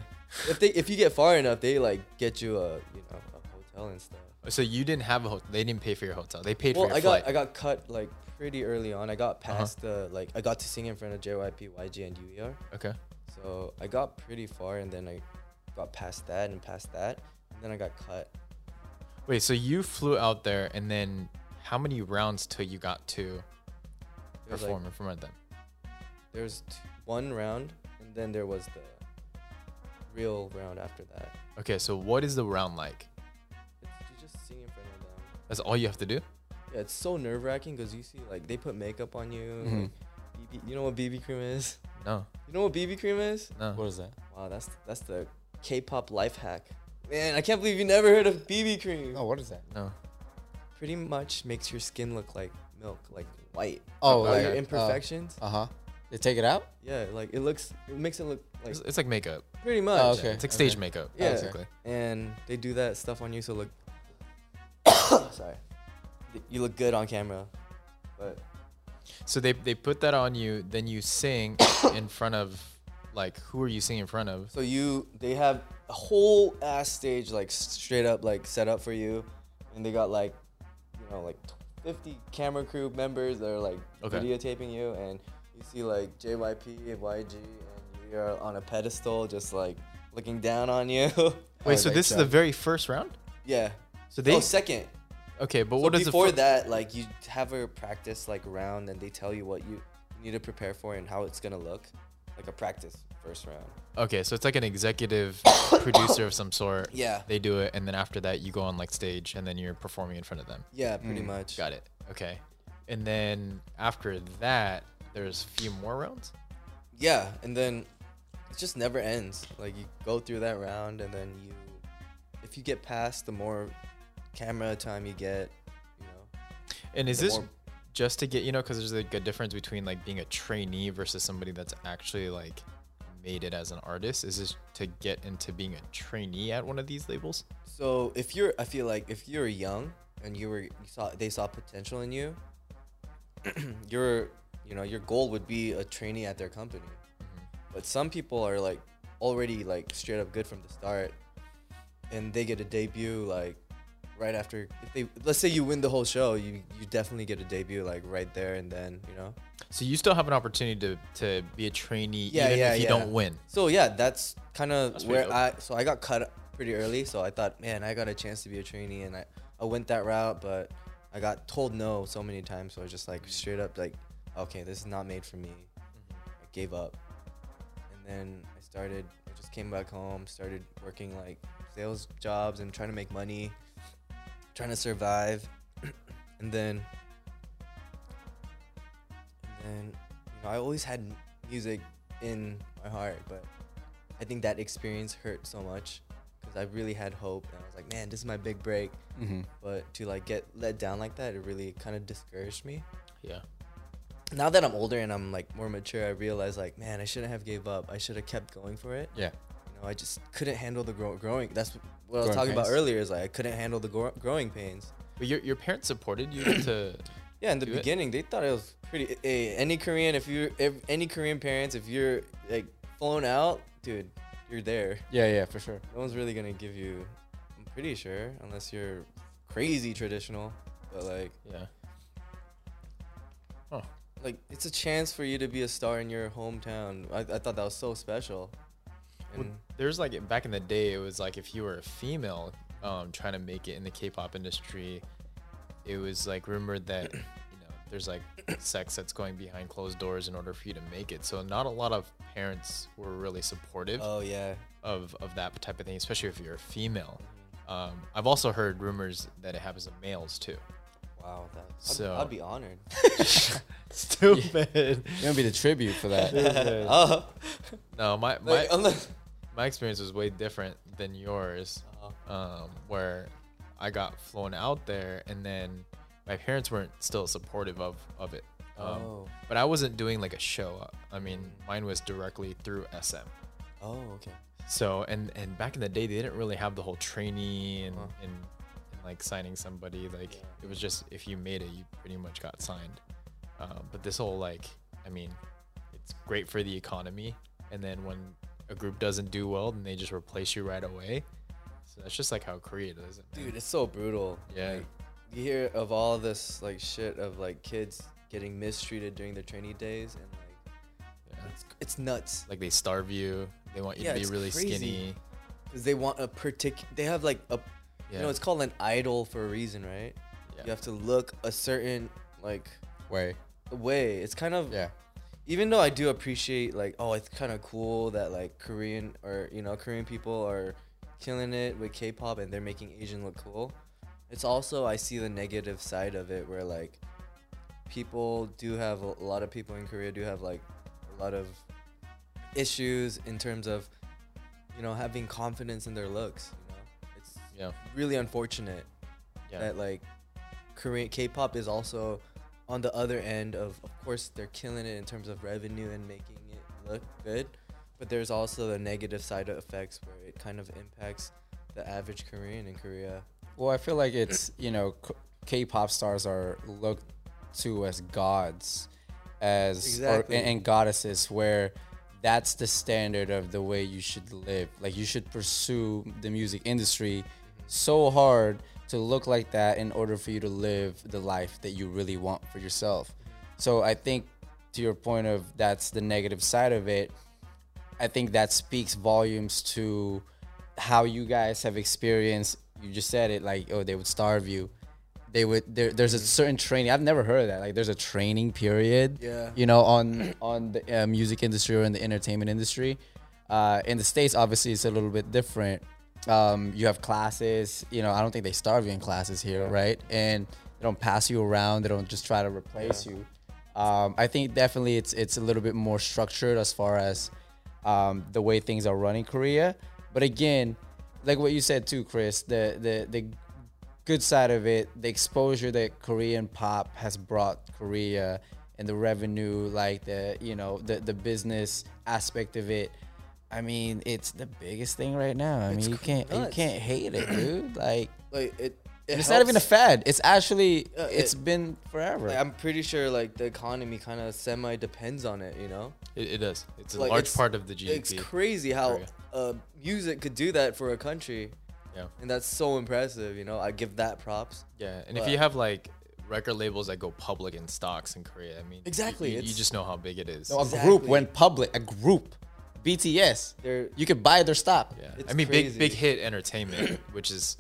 [SPEAKER 2] if they if you get far enough, they like get you a you know a hotel and stuff.
[SPEAKER 3] Oh, So you didn't have a hotel. They didn't pay for your hotel. They paid
[SPEAKER 2] well,
[SPEAKER 3] for your
[SPEAKER 2] I
[SPEAKER 3] flight. Uh-huh.
[SPEAKER 2] got I got cut like pretty early on. I got past the like I got to sing in front of JYP, YG, and UER.
[SPEAKER 3] okay.
[SPEAKER 2] So I got pretty far, and then I got past that and past that, and then I got cut.
[SPEAKER 3] Wait, so you flew out there, and then how many rounds till you got to
[SPEAKER 2] There was, like,
[SPEAKER 3] perform in front of them?
[SPEAKER 2] there was t- one round, and then there was the real round after that.
[SPEAKER 3] Okay, so what is the round like?
[SPEAKER 2] It's you just sing in front of them.
[SPEAKER 3] That's all you have to do.
[SPEAKER 2] Yeah, it's so nerve wracking because you see, like, they put makeup on you.
[SPEAKER 1] Mhm.
[SPEAKER 2] like, BB, you know what BB cream is?
[SPEAKER 3] No,
[SPEAKER 2] You know what BB cream is?
[SPEAKER 3] no.
[SPEAKER 1] What is that?
[SPEAKER 2] Wow, that's that's the K-pop life hack. Man, I can't believe you never heard of BB cream.
[SPEAKER 1] No, Oh, what is that?
[SPEAKER 3] No.
[SPEAKER 2] Pretty much makes your skin look like milk, like white. All
[SPEAKER 1] Oh, like,
[SPEAKER 2] your
[SPEAKER 1] uh,
[SPEAKER 2] imperfections.
[SPEAKER 1] Uh huh. They take it out.
[SPEAKER 2] yeah, like it looks, it makes it look like
[SPEAKER 3] It's, it's like makeup.
[SPEAKER 2] pretty much.
[SPEAKER 1] Oh, okay.
[SPEAKER 3] It's like stage
[SPEAKER 1] okay.
[SPEAKER 3] makeup,
[SPEAKER 2] Yeah.
[SPEAKER 3] basically.
[SPEAKER 2] And they do that stuff on you so look. Sorry, you look good on camera, but
[SPEAKER 3] So they, they put that on you, then you sing in front of, like, who are you singing in front of?
[SPEAKER 2] So you, they have a whole ass stage like straight up like set up for you, and they got like, you know, like 50 camera crew members that are like
[SPEAKER 3] Okay.
[SPEAKER 2] videotaping you, and you see like JYP and YG, and you are on a pedestal just like looking down on you.
[SPEAKER 3] Wait,
[SPEAKER 1] Oh,
[SPEAKER 3] so
[SPEAKER 1] like
[SPEAKER 3] this is the
[SPEAKER 1] that.
[SPEAKER 3] very first round?
[SPEAKER 2] yeah.
[SPEAKER 3] So they.
[SPEAKER 2] oh, second.
[SPEAKER 3] okay, but
[SPEAKER 2] So
[SPEAKER 3] what does
[SPEAKER 2] before
[SPEAKER 3] the fir-
[SPEAKER 2] that, like you have a practice like round, and they tell you what you need to prepare for and how it's gonna look, like a practice first round.
[SPEAKER 3] Okay, so it's like an executive producer of some sort.
[SPEAKER 2] Yeah.
[SPEAKER 3] They do it, and then after that, you go on like stage, and then you're performing in front of them.
[SPEAKER 2] Yeah, pretty much.
[SPEAKER 3] Mm, Got it. Okay. And then after that, there's a few more rounds.
[SPEAKER 2] yeah and then it just never ends like you go through that round and then you if you get past the more camera time you get you know
[SPEAKER 3] And is
[SPEAKER 2] The
[SPEAKER 3] this
[SPEAKER 2] more-
[SPEAKER 3] just to get you know? Because there's like a difference between like being a trainee versus somebody that's actually like made it as an artist. Is this to get into being a trainee at one of these labels?
[SPEAKER 2] so if you're i feel like if you're young and you were you saw they saw potential in you your you know your goal would be a trainee at their company but some people are like already like straight up good from the start, and they get a debut like right after. If they let's say you win the whole show, you you definitely get a debut like right there and then. You know.
[SPEAKER 3] So you still have an opportunity to, to be a trainee
[SPEAKER 2] Yeah,
[SPEAKER 3] even
[SPEAKER 2] yeah,
[SPEAKER 3] if you
[SPEAKER 2] yeah.
[SPEAKER 3] don't win.
[SPEAKER 2] So yeah, that's kind of
[SPEAKER 3] That's pretty
[SPEAKER 2] where
[SPEAKER 3] dope.
[SPEAKER 2] I. So I got cut pretty early. So I thought, man, I got a chance to be a trainee, and I I went that route, but I got told no so many times. So I was just
[SPEAKER 3] Mm-hmm.
[SPEAKER 2] like straight up like, okay, this is not made for me. I gave up, and then I started. I just came back home, started working like sales jobs and trying to make money, trying to survive, and then. And then, you know, I always had music in my heart, but I think that experience hurt so much because I really had hope and I was like, man, this is my big break.
[SPEAKER 1] Mm-hmm.
[SPEAKER 2] But to like get let down like that, it really kind of discouraged me.
[SPEAKER 3] Yeah.
[SPEAKER 2] Now that I'm older and I'm like more mature, I realize like, man, I shouldn't have gave up. I should have kept going for it.
[SPEAKER 3] Yeah.
[SPEAKER 2] You know, I just couldn't handle the grow- growing. That's what I was
[SPEAKER 1] Growing
[SPEAKER 2] talking about
[SPEAKER 1] pains.
[SPEAKER 2] earlier. Is like I couldn't handle the gro- growing pains.
[SPEAKER 3] But your, your parents supported you to
[SPEAKER 2] Yeah, in the
[SPEAKER 3] Do it.
[SPEAKER 2] beginning, they thought it was pretty. eh, any Korean, if you, if any Korean parents, if you're like flown out, dude, you're there.
[SPEAKER 1] Yeah, yeah, for sure.
[SPEAKER 2] No one's really gonna give you. I'm pretty sure, unless you're crazy traditional. But like,
[SPEAKER 3] yeah.
[SPEAKER 2] like it's a chance for you to be a star in your hometown. I, I thought that was so special.
[SPEAKER 3] Well,
[SPEAKER 2] And-
[SPEAKER 3] there's like back in the day, it was like if you were a female um, trying to make it in the K-pop industry, it was like rumored that you know there's like sex that's going behind closed doors in order for you to make it. So not a lot of parents were really supportive
[SPEAKER 2] oh yeah.
[SPEAKER 3] of of that type of thing, especially if you're a female. Um, I've also heard rumors that it happens to males too.
[SPEAKER 2] Wow. That, I'd,
[SPEAKER 3] So-
[SPEAKER 2] I'd be honored.
[SPEAKER 3] Stupid.
[SPEAKER 1] You're gonna be the tribute for that.
[SPEAKER 2] oh,
[SPEAKER 3] no, my my,
[SPEAKER 2] like, uh unless.
[SPEAKER 3] my experience was way different than yours.
[SPEAKER 2] uh-huh.
[SPEAKER 3] um, where I got flown out there, and then my parents weren't still supportive of of it. Um,
[SPEAKER 2] Oh.
[SPEAKER 3] But I wasn't doing like a show. I mean, mine was directly through SM.
[SPEAKER 2] Oh, okay.
[SPEAKER 3] So and and back in the day, they didn't really have the whole trainee and and, and like signing somebody.
[SPEAKER 2] Uh-huh.
[SPEAKER 3] Like
[SPEAKER 2] Yeah.
[SPEAKER 3] it was just if you made it, you pretty much got signed. Um, but this whole like, I mean, it's great for the economy. And then when a group doesn't do well, then they just replace you right away. So that's just like how Korea does it, man.
[SPEAKER 2] Dude, it's so brutal.
[SPEAKER 3] Yeah.
[SPEAKER 2] Like, you hear of all this like shit of like kids getting mistreated during their trainee days and like
[SPEAKER 3] Yeah.
[SPEAKER 2] it's, it's nuts.
[SPEAKER 3] Like they starve you. They want you
[SPEAKER 2] Yeah,
[SPEAKER 3] to be
[SPEAKER 2] it's
[SPEAKER 3] really
[SPEAKER 2] crazy.
[SPEAKER 3] skinny.
[SPEAKER 2] because they want a particular. They have like a,
[SPEAKER 3] Yeah.
[SPEAKER 2] you know, it's called an idol for a reason, right?
[SPEAKER 3] Yeah.
[SPEAKER 2] You have to look a certain like
[SPEAKER 1] Way.
[SPEAKER 2] way. It's kind of
[SPEAKER 1] Yeah.
[SPEAKER 2] even though I do appreciate like oh it's kind of cool that like Korean or you know Korean people are killing it with K-pop and they're making Asian look cool. It's also I see the negative side of it where like people do have a lot of people in Korea do have like a lot of issues in terms of you know having confidence in their looks, you know. It's
[SPEAKER 3] Yeah.
[SPEAKER 2] really unfortunate
[SPEAKER 3] Yeah.
[SPEAKER 2] that like Korean K-pop is also on the other end of of course they're killing it in terms of revenue and making it look good, but there's also the negative side effects where it kind of impacts the average Korean in Korea.
[SPEAKER 1] Well, I feel like it's you know, K- K-pop stars are looked to as gods, as
[SPEAKER 2] Exactly.
[SPEAKER 1] or, and, and goddesses, where that's the standard of the way you should live. Like you should pursue the music industry so hard to look like that in order for you to live the life that you really want for yourself. So I think to your point of that's the negative side of it. I think that speaks volumes to how you guys have experienced. You just said it like, oh, they would starve you. They would. There, there's a certain training. I've never heard of that. Like, there's a training period.
[SPEAKER 2] Yeah.
[SPEAKER 1] You know, on on the uh, music industry or in the entertainment industry. Uh, in the states, obviously, it's a little bit different. Um, you have classes. You know, I don't think they starve you in classes here, right? And they don't pass you around. They don't just try to replace you. Um, I think definitely it's it's a little bit more structured as far as um, the way things are run in Korea. But again, like what you said too, Chris, the the the good side of it, the exposure that Korean pop has brought Korea and the revenue, like the you know the the business aspect of it. I mean, it's the biggest thing right now. I mean, you can't you
[SPEAKER 2] nuts.
[SPEAKER 1] can't hate it, dude. Like
[SPEAKER 2] Like it It
[SPEAKER 1] it's not even a
[SPEAKER 2] helps.
[SPEAKER 1] fad. It's actually
[SPEAKER 2] Uh,
[SPEAKER 1] it's
[SPEAKER 2] it-
[SPEAKER 1] been forever.
[SPEAKER 2] Like, I'm pretty sure like the economy kind of semi depends on it, you know.
[SPEAKER 3] It, it does. It's a
[SPEAKER 2] Like,
[SPEAKER 3] large
[SPEAKER 2] it's-
[SPEAKER 3] part of the GDP.
[SPEAKER 2] It's crazy how
[SPEAKER 3] Korea.
[SPEAKER 2] uh, music could do that for a country,
[SPEAKER 3] yeah.
[SPEAKER 2] and that's so impressive. You know, I give that props.
[SPEAKER 3] Yeah, and if
[SPEAKER 2] But-
[SPEAKER 3] you have like record labels that go public in stocks in Korea, I mean, you-
[SPEAKER 2] Exactly,
[SPEAKER 3] you, you
[SPEAKER 2] it's-
[SPEAKER 3] just know how big it is.
[SPEAKER 1] No, a group
[SPEAKER 2] Exactly.
[SPEAKER 1] went public. A group, BTS.
[SPEAKER 2] They're
[SPEAKER 1] You could buy their stock.
[SPEAKER 3] yeah,
[SPEAKER 2] it's
[SPEAKER 3] I mean, big big
[SPEAKER 2] crazy.
[SPEAKER 3] hit entertainment, which is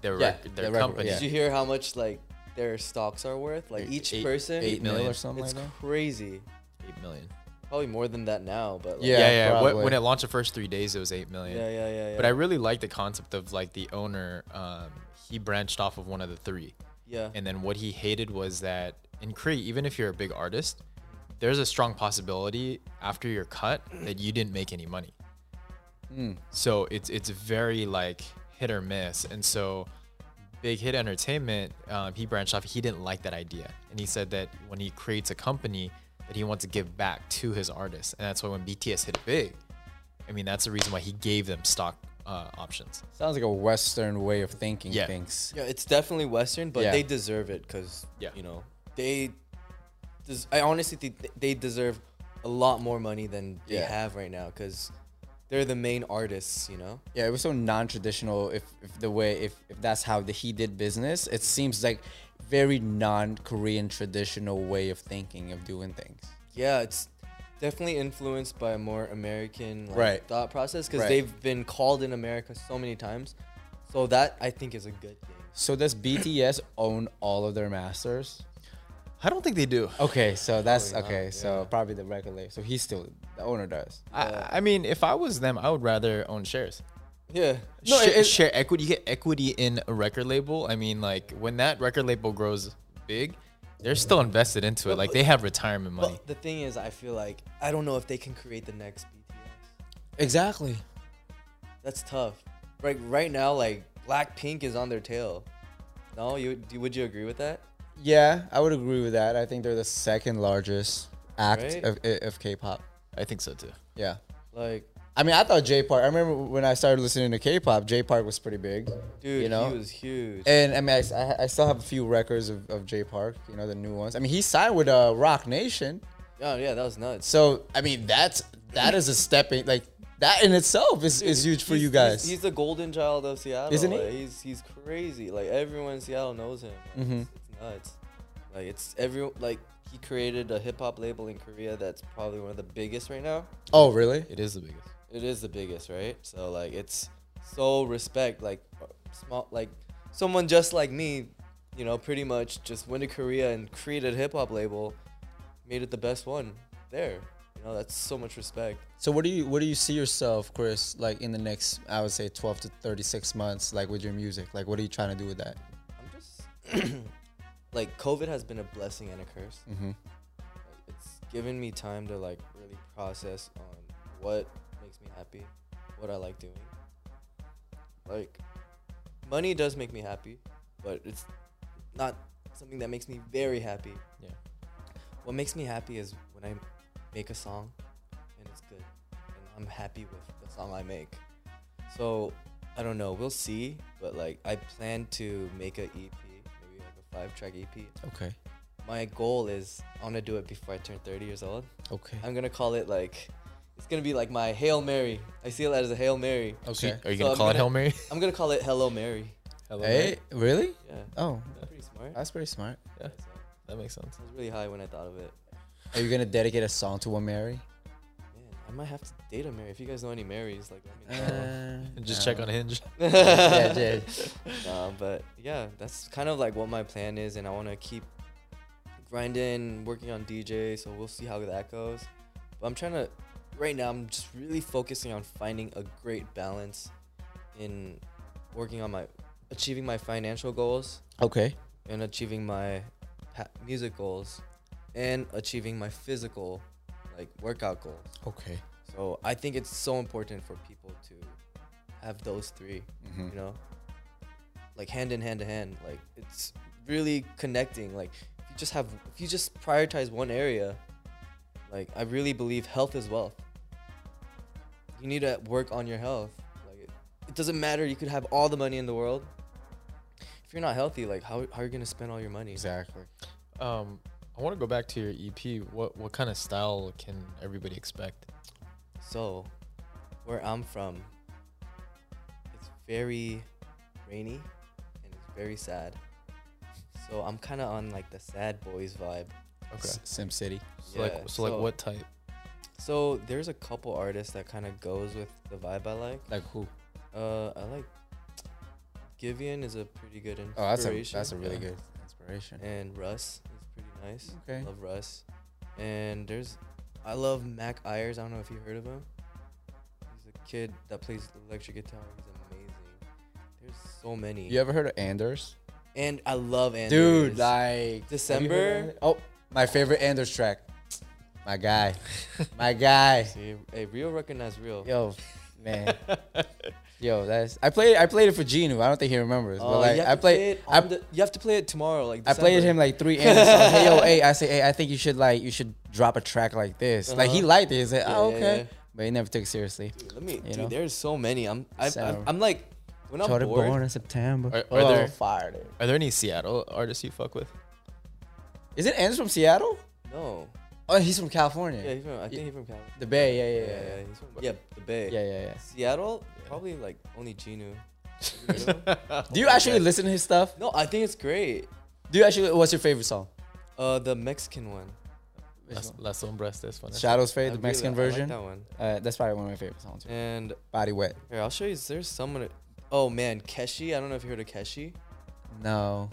[SPEAKER 3] their
[SPEAKER 1] Yeah,
[SPEAKER 3] rec- their
[SPEAKER 1] their record-
[SPEAKER 3] company.
[SPEAKER 1] yeah.
[SPEAKER 2] Did you hear how much like their stocks are worth? Like each
[SPEAKER 3] eight-
[SPEAKER 2] person,
[SPEAKER 1] Eight mil
[SPEAKER 3] million.
[SPEAKER 1] or something
[SPEAKER 2] it's
[SPEAKER 1] like that.
[SPEAKER 2] crazy.
[SPEAKER 3] Eight million.
[SPEAKER 2] Probably more than that now, but like,
[SPEAKER 1] Yeah,
[SPEAKER 3] Yeah, yeah. Wh-
[SPEAKER 1] probably.
[SPEAKER 3] When it launched the first three days, it was eight
[SPEAKER 2] yeah,
[SPEAKER 3] million.
[SPEAKER 2] yeah, yeah, yeah.
[SPEAKER 3] But I really like the concept of like the owner. Um, he branched off of one of the three,
[SPEAKER 2] yeah,
[SPEAKER 3] and then what he hated was that in Korea, even if you're a big artist, there's a strong possibility after you're cut that you didn't make any money. Hmm. So it's it's very like hit or miss, and so Big Hit Entertainment, um, he branched off. He didn't like that idea, and he said that when he creates a company, that he wants to give back to his artists, and that's why when BTS hit big, I mean that's the reason why he gave them stock uh, options.
[SPEAKER 1] Sounds like a Western way of thinking
[SPEAKER 3] Yeah.
[SPEAKER 1] things.
[SPEAKER 2] yeah. It's definitely Western, but
[SPEAKER 1] Yeah.
[SPEAKER 2] they deserve it because
[SPEAKER 3] Yeah.
[SPEAKER 2] you know they. Des- I honestly think th- they deserve a lot more money than they
[SPEAKER 1] Yeah.
[SPEAKER 2] have right now because they're the main artists. You know,
[SPEAKER 1] Yeah, it was so non-traditional. If, if the way if, if that's how the, he did business, it seems like very non-Korean traditional way of thinking of doing things.
[SPEAKER 2] yeah, it's definitely influenced by a more American like,
[SPEAKER 1] Right.
[SPEAKER 2] thought process because
[SPEAKER 1] Right.
[SPEAKER 2] they've been called in America so many times. So that I think is a good thing.
[SPEAKER 1] So does BTS own all of their masters?
[SPEAKER 3] I don't think they do.
[SPEAKER 1] Okay, so that's
[SPEAKER 2] Probably not,
[SPEAKER 1] okay. So
[SPEAKER 2] yeah.
[SPEAKER 1] probably the record label. So he's still the owner does.
[SPEAKER 3] I, I mean, if I was them, I would rather own shares.
[SPEAKER 2] Yeah.
[SPEAKER 1] No,
[SPEAKER 3] No,
[SPEAKER 1] it- it-
[SPEAKER 3] share equity. You get equity in a record label. I mean, like when that record label grows big, they're still invested into it. Like they have retirement money.
[SPEAKER 2] But the thing is, I feel like I don't know if they can create the next BTS.
[SPEAKER 1] Exactly.
[SPEAKER 2] That's tough. Right, right now, like Blackpink is on their tail. No, you do- would you agree with that?
[SPEAKER 1] Yeah, I would agree with that. I think they're the second largest act
[SPEAKER 2] Right?
[SPEAKER 1] of, of K-pop.
[SPEAKER 3] I think so too.
[SPEAKER 1] Yeah.
[SPEAKER 2] Like,
[SPEAKER 1] I mean, I thought J Park. I remember when I started listening to K-pop, J Park was pretty big.
[SPEAKER 2] dude,
[SPEAKER 1] you know. Eh.
[SPEAKER 2] he was huge.
[SPEAKER 1] and I mean, I s- I, I still have a few records of, of J Park. You know, the new ones. I mean, he signed with uh, Rock Nation,
[SPEAKER 2] oh yeah, that was nuts.
[SPEAKER 1] so I mean, that's that is a stepping like that in itself is, is huge for
[SPEAKER 2] He's-
[SPEAKER 1] you
[SPEAKER 2] he's-
[SPEAKER 1] guys.
[SPEAKER 2] He's, the golden child of Seattle.
[SPEAKER 1] Isn't he?
[SPEAKER 2] Like, he's he's crazy. Like everyone in Seattle knows him. Like,
[SPEAKER 1] Mm-hmm.
[SPEAKER 2] it's, it's nuts. Like it's every like he created a hip hop label in Korea that's probably one of the biggest right now.
[SPEAKER 1] oh, really?
[SPEAKER 3] It is the biggest.
[SPEAKER 2] it is the biggest, right? So like it's so respect like uh, small like someone just like me, you know, pretty much just went to Korea and created a hip hop label, made it the best one there. You know, that's so much respect.
[SPEAKER 1] So what do you what do you see yourself, Chris? Like in the next, I would say, twelve to thirty six months, like with your music. Like, what are you trying to do with that?
[SPEAKER 2] I'm just like COVID has been a blessing and a curse.
[SPEAKER 1] Mm-hmm.
[SPEAKER 2] Like, it's given me time to like really process on what makes me happy, what I like doing. Like, money does make me happy, but it's not something that makes me very happy.
[SPEAKER 3] Yeah.
[SPEAKER 2] What makes me happy is when I make a song and it's good, and I'm happy with the song I make. So I don't know. We'll see, but like I plan to make a EP, maybe like a E five-track EP
[SPEAKER 1] Okay.
[SPEAKER 2] my goal is I want to do it before I turn 30 years old.
[SPEAKER 1] Okay.
[SPEAKER 2] I'm gonna call it like it's gonna be like my Hail Mary. I see it as a Hail Mary.
[SPEAKER 3] So
[SPEAKER 1] Okay.
[SPEAKER 3] you- are you
[SPEAKER 2] So
[SPEAKER 3] gonna
[SPEAKER 2] I'm
[SPEAKER 3] call it
[SPEAKER 2] gonna-
[SPEAKER 3] Hail Mary?
[SPEAKER 2] I'm gonna call it Hello Mary.
[SPEAKER 3] Hello,
[SPEAKER 1] Hey, really?
[SPEAKER 2] Yeah,
[SPEAKER 1] Oh,
[SPEAKER 2] that's pretty smart.
[SPEAKER 1] that's pretty smart.
[SPEAKER 3] yeah.
[SPEAKER 2] So,
[SPEAKER 3] that makes sense.
[SPEAKER 2] I was really high when I thought of it.
[SPEAKER 1] Are you gonna dedicate a song to a Mary?
[SPEAKER 2] Man, I might have to date a Mary. If you guys know any Marys, like let me know.
[SPEAKER 1] Uh,
[SPEAKER 3] Just
[SPEAKER 1] no.
[SPEAKER 3] check on Hinge.
[SPEAKER 1] yeah, yeah.
[SPEAKER 2] No, but yeah, that's kind of like what my plan is, and I want to keep grinding, working on DJ. So we'll see how that goes. But I'm trying to, right now, I'm just really focusing on finding a great balance in working on my, achieving my financial goals
[SPEAKER 1] Okay.
[SPEAKER 2] and achieving my pa- music goals, and achieving my physical, like workout goals.
[SPEAKER 1] Okay.
[SPEAKER 2] So I think it's so important for people to have those 3 you know, like hand in hand to hand. Like it's really connecting. Like if you just have, if you just prioritize one area, like I really believe health is wealth. You need to work on your health. Like it, it doesn't matter. You could have all the money in the world. If if you're not healthy, like how, how are you gonna spend all your money?
[SPEAKER 1] Exactly.
[SPEAKER 3] Um, I want to go back to your EP. What what kind of style can everybody expect?
[SPEAKER 2] So, where I'm from, it's very rainy and it's very sad. So I'm kind of on like the sad boys vibe.
[SPEAKER 3] Okay.
[SPEAKER 1] S- Sim City.
[SPEAKER 3] So like so, like what type?
[SPEAKER 2] So there's a couple artists that kind of goes with the vibe I like.
[SPEAKER 1] Like who?
[SPEAKER 2] Uh, I like Givian is a pretty good inspiration.
[SPEAKER 1] Oh, that's a that's a really
[SPEAKER 2] yeah.
[SPEAKER 1] good inspiration.
[SPEAKER 2] And Russ is pretty nice.
[SPEAKER 1] Okay.
[SPEAKER 2] Love Russ. And there's, I love Mac Ayers. I don't know if you heard of him. He's a kid that plays electric guitar. He's amazing. There's so many.
[SPEAKER 1] You ever heard of Anders?
[SPEAKER 2] And I love Anders.
[SPEAKER 1] Dude, like
[SPEAKER 2] December?
[SPEAKER 1] have you heard of Anders? Oh, my favorite Anders track. My guy. My guy.
[SPEAKER 2] See, hey, real recognize real.
[SPEAKER 1] Yo, man. Yo, that's I played I played it for Genu. I don't think he remembers.
[SPEAKER 2] Oh,
[SPEAKER 1] but like
[SPEAKER 2] you have
[SPEAKER 1] I
[SPEAKER 2] to play
[SPEAKER 1] played
[SPEAKER 2] it
[SPEAKER 1] I,
[SPEAKER 2] on the- you have to play it tomorrow. Like
[SPEAKER 1] I played
[SPEAKER 2] December.
[SPEAKER 1] him like three Anders songs. Hey yo, hey, I say, hey, I think you should like you should drop a track like this. Like he
[SPEAKER 2] Uh-huh.
[SPEAKER 1] liked it. He said,
[SPEAKER 2] Yeah,
[SPEAKER 1] Oh,
[SPEAKER 2] yeah,
[SPEAKER 1] okay.
[SPEAKER 2] yeah.
[SPEAKER 1] But he never took it seriously.
[SPEAKER 2] Dude, let me. Dude,
[SPEAKER 1] know?
[SPEAKER 2] there's so many. I'm. I,
[SPEAKER 1] So-
[SPEAKER 2] I'm, I'm like, when I'm
[SPEAKER 1] Started
[SPEAKER 2] bored.
[SPEAKER 1] born in September.
[SPEAKER 3] Are- are
[SPEAKER 1] oh,
[SPEAKER 3] there-
[SPEAKER 1] fire, dude.
[SPEAKER 3] Are there any Seattle artists you fuck with?
[SPEAKER 1] Is it Anders from Seattle?
[SPEAKER 2] No.
[SPEAKER 1] Oh, he's from California.
[SPEAKER 2] Yeah, he's from, I think he's from California.
[SPEAKER 1] The Bay, yeah,
[SPEAKER 2] Yeah,
[SPEAKER 1] yeah,
[SPEAKER 2] yeah,
[SPEAKER 1] yeah.
[SPEAKER 2] he's from, yeah, the Bay.
[SPEAKER 1] Yeah, yeah, yeah.
[SPEAKER 2] Seattle, probably like only Genu.
[SPEAKER 1] Do you actually listen to his stuff?
[SPEAKER 2] no, I think it's great.
[SPEAKER 1] Do you actually? What's your favorite song?
[SPEAKER 2] Uh, the Mexican one.
[SPEAKER 3] Las, Las Sombras, this one.
[SPEAKER 1] Shadows
[SPEAKER 2] I
[SPEAKER 1] Fade, the
[SPEAKER 2] really-
[SPEAKER 1] Mexican
[SPEAKER 2] I Like
[SPEAKER 1] version.
[SPEAKER 2] that one.
[SPEAKER 1] uh, that's probably one of my favorite songs.
[SPEAKER 2] And
[SPEAKER 1] Body Wet.
[SPEAKER 2] here, I'll show you. There's someone. Oh man, Keshi. I don't know if you heard of Keshi.
[SPEAKER 1] No,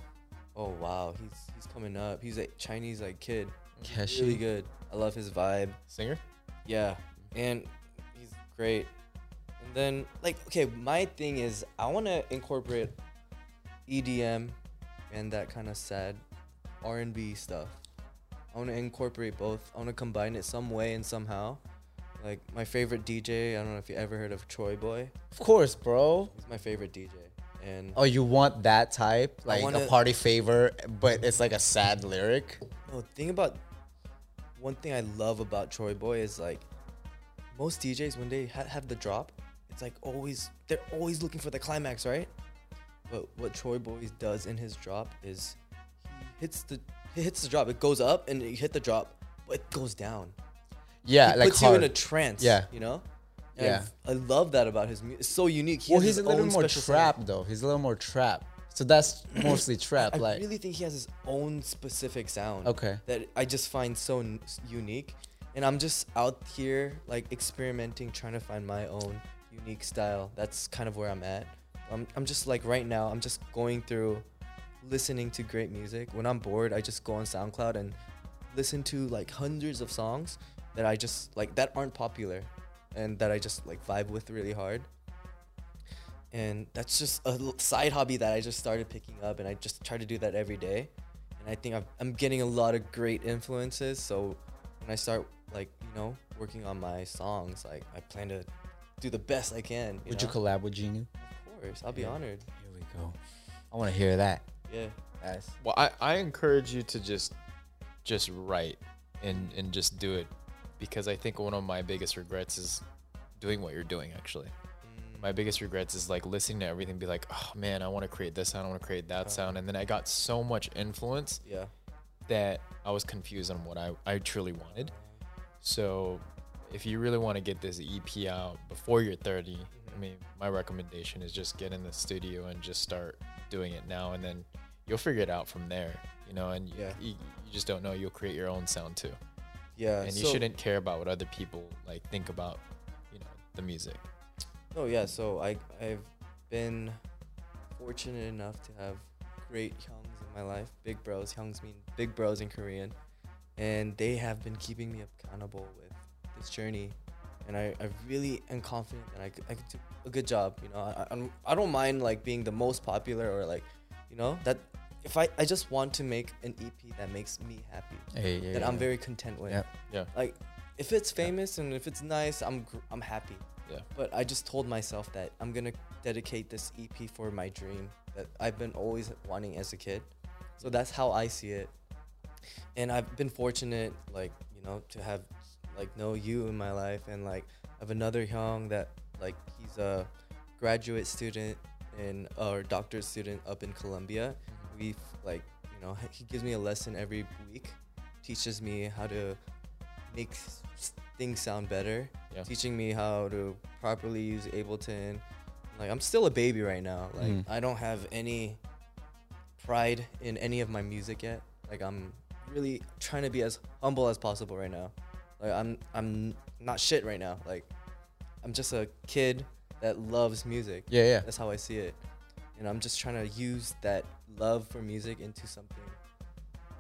[SPEAKER 2] Oh wow, he's he's coming up. He's a Chinese like kid.
[SPEAKER 1] Keshi.
[SPEAKER 2] Really good. I love his vibe.
[SPEAKER 3] Singer?
[SPEAKER 2] Yeah, and he's great. And then like okay, my thing is I want to incorporate EDM and that kind of sad R&B stuff. I want to incorporate both. I want to combine it some way and somehow. Like my favorite DJ, I don't know if you ever heard of Troy Boy.
[SPEAKER 1] Of course, bro.
[SPEAKER 2] He's my favorite DJ. And
[SPEAKER 1] Oh, you want that type, like
[SPEAKER 2] wanna-
[SPEAKER 1] a party favor, but it's like a sad lyric.
[SPEAKER 2] No, the thing about one thing I love about Troy Boy is like most DJs when they ha- have the drop, it's like always they're always looking for the climax, right? But what Troy Boy does in his drop is he hits the he hits the drop, it goes up and you hit the drop, but it goes down.
[SPEAKER 1] Yeah,
[SPEAKER 2] It
[SPEAKER 1] like
[SPEAKER 2] puts you
[SPEAKER 1] hard.
[SPEAKER 2] in a trance.
[SPEAKER 1] Yeah.
[SPEAKER 2] you know.
[SPEAKER 1] Yeah.
[SPEAKER 2] I, I love that about his music. It's so unique. He
[SPEAKER 1] well,
[SPEAKER 2] has
[SPEAKER 1] he's a
[SPEAKER 2] his
[SPEAKER 1] little
[SPEAKER 2] own
[SPEAKER 1] more
[SPEAKER 2] special sound.
[SPEAKER 1] trap though. He's a little more trap. So that's mostly trap.
[SPEAKER 2] I
[SPEAKER 1] like
[SPEAKER 2] really think he has his own specific sound.
[SPEAKER 1] Okay.
[SPEAKER 2] That I just find so n- s- unique, and I'm just out here like experimenting, trying to find my own unique style. That's kind of where I'm at. I'm I'm just like right now. I'm just going through, listening to great music. When I'm bored, I just go on SoundCloud and listen to like hundreds of songs that I just like that aren't popular, and that I just like vibe with really hard and that's just a l- side hobby that I just started picking up, and I just try to do that every day. And I think I've, I'm getting a lot of great influences. So when I start like you know working on my songs, like I plan to do the best I can. You
[SPEAKER 1] would you
[SPEAKER 2] know?
[SPEAKER 1] collab with Genu?
[SPEAKER 2] Of course, I'll be honored.
[SPEAKER 1] Here we go. I want to hear that.
[SPEAKER 2] Yeah.
[SPEAKER 1] That's
[SPEAKER 3] Well, I, I encourage you to just just write and and just do it because I think one of my biggest regrets is doing what you're doing actually. My biggest regrets is like listening to everything be like, "Oh man, I want to create this sound, I want to create that sound." And then I got so much influence
[SPEAKER 2] Yeah.
[SPEAKER 3] that I was confused on what I I truly wanted. So, if you really want to get this EP out before you're 30, I mean, my recommendation is just get in the studio and just start doing it now, and then you'll figure it out from there. You know, and
[SPEAKER 2] Yeah.
[SPEAKER 3] you, you just don't know. You'll create your own sound too,
[SPEAKER 2] Yeah.
[SPEAKER 3] and you
[SPEAKER 2] so-
[SPEAKER 3] shouldn't care about what other people like think about, you know, the music.
[SPEAKER 2] Oh yeah, so I I've been fortunate enough to have great hyungs in my life. Big bros, hyungs mean big bros in Korean, and they have been keeping me accountable with this journey. And I, I really am confident that I could, I could do a good job. You know, I, I- I'm, I don't mind like being the most popular or like, you know, that if I, I just want to make an EP that makes me happy,
[SPEAKER 1] hey, yeah,
[SPEAKER 2] that
[SPEAKER 1] yeah,
[SPEAKER 2] I'm
[SPEAKER 1] yeah.
[SPEAKER 2] very content with
[SPEAKER 1] Yep.
[SPEAKER 3] Yeah,
[SPEAKER 2] like if it's famous and if it's nice i'm gr- i'm happy
[SPEAKER 3] Yeah.
[SPEAKER 2] but i just told myself that i'm gonna dedicate this ep for my dream that i've been always wanting as a kid so that's how i see it and i've been fortunate like you know to have like know you in my life and like I have another young that like he's a graduate student in our doctorate student up in Colombia. We like you know he gives me a lesson every week, teaches me how to make s- s- things sound better,
[SPEAKER 3] Yeah.
[SPEAKER 2] teaching me how to properly use Ableton. Like I'm still a baby right now. Like I don't have any pride in any of my music yet. Like I'm really trying to be as humble as possible right now. Like I'm I'm not shit right now. Like I'm just a kid that loves music.
[SPEAKER 1] Yeah, yeah.
[SPEAKER 2] That's how I see it. And I'm just trying to use that love for music into something.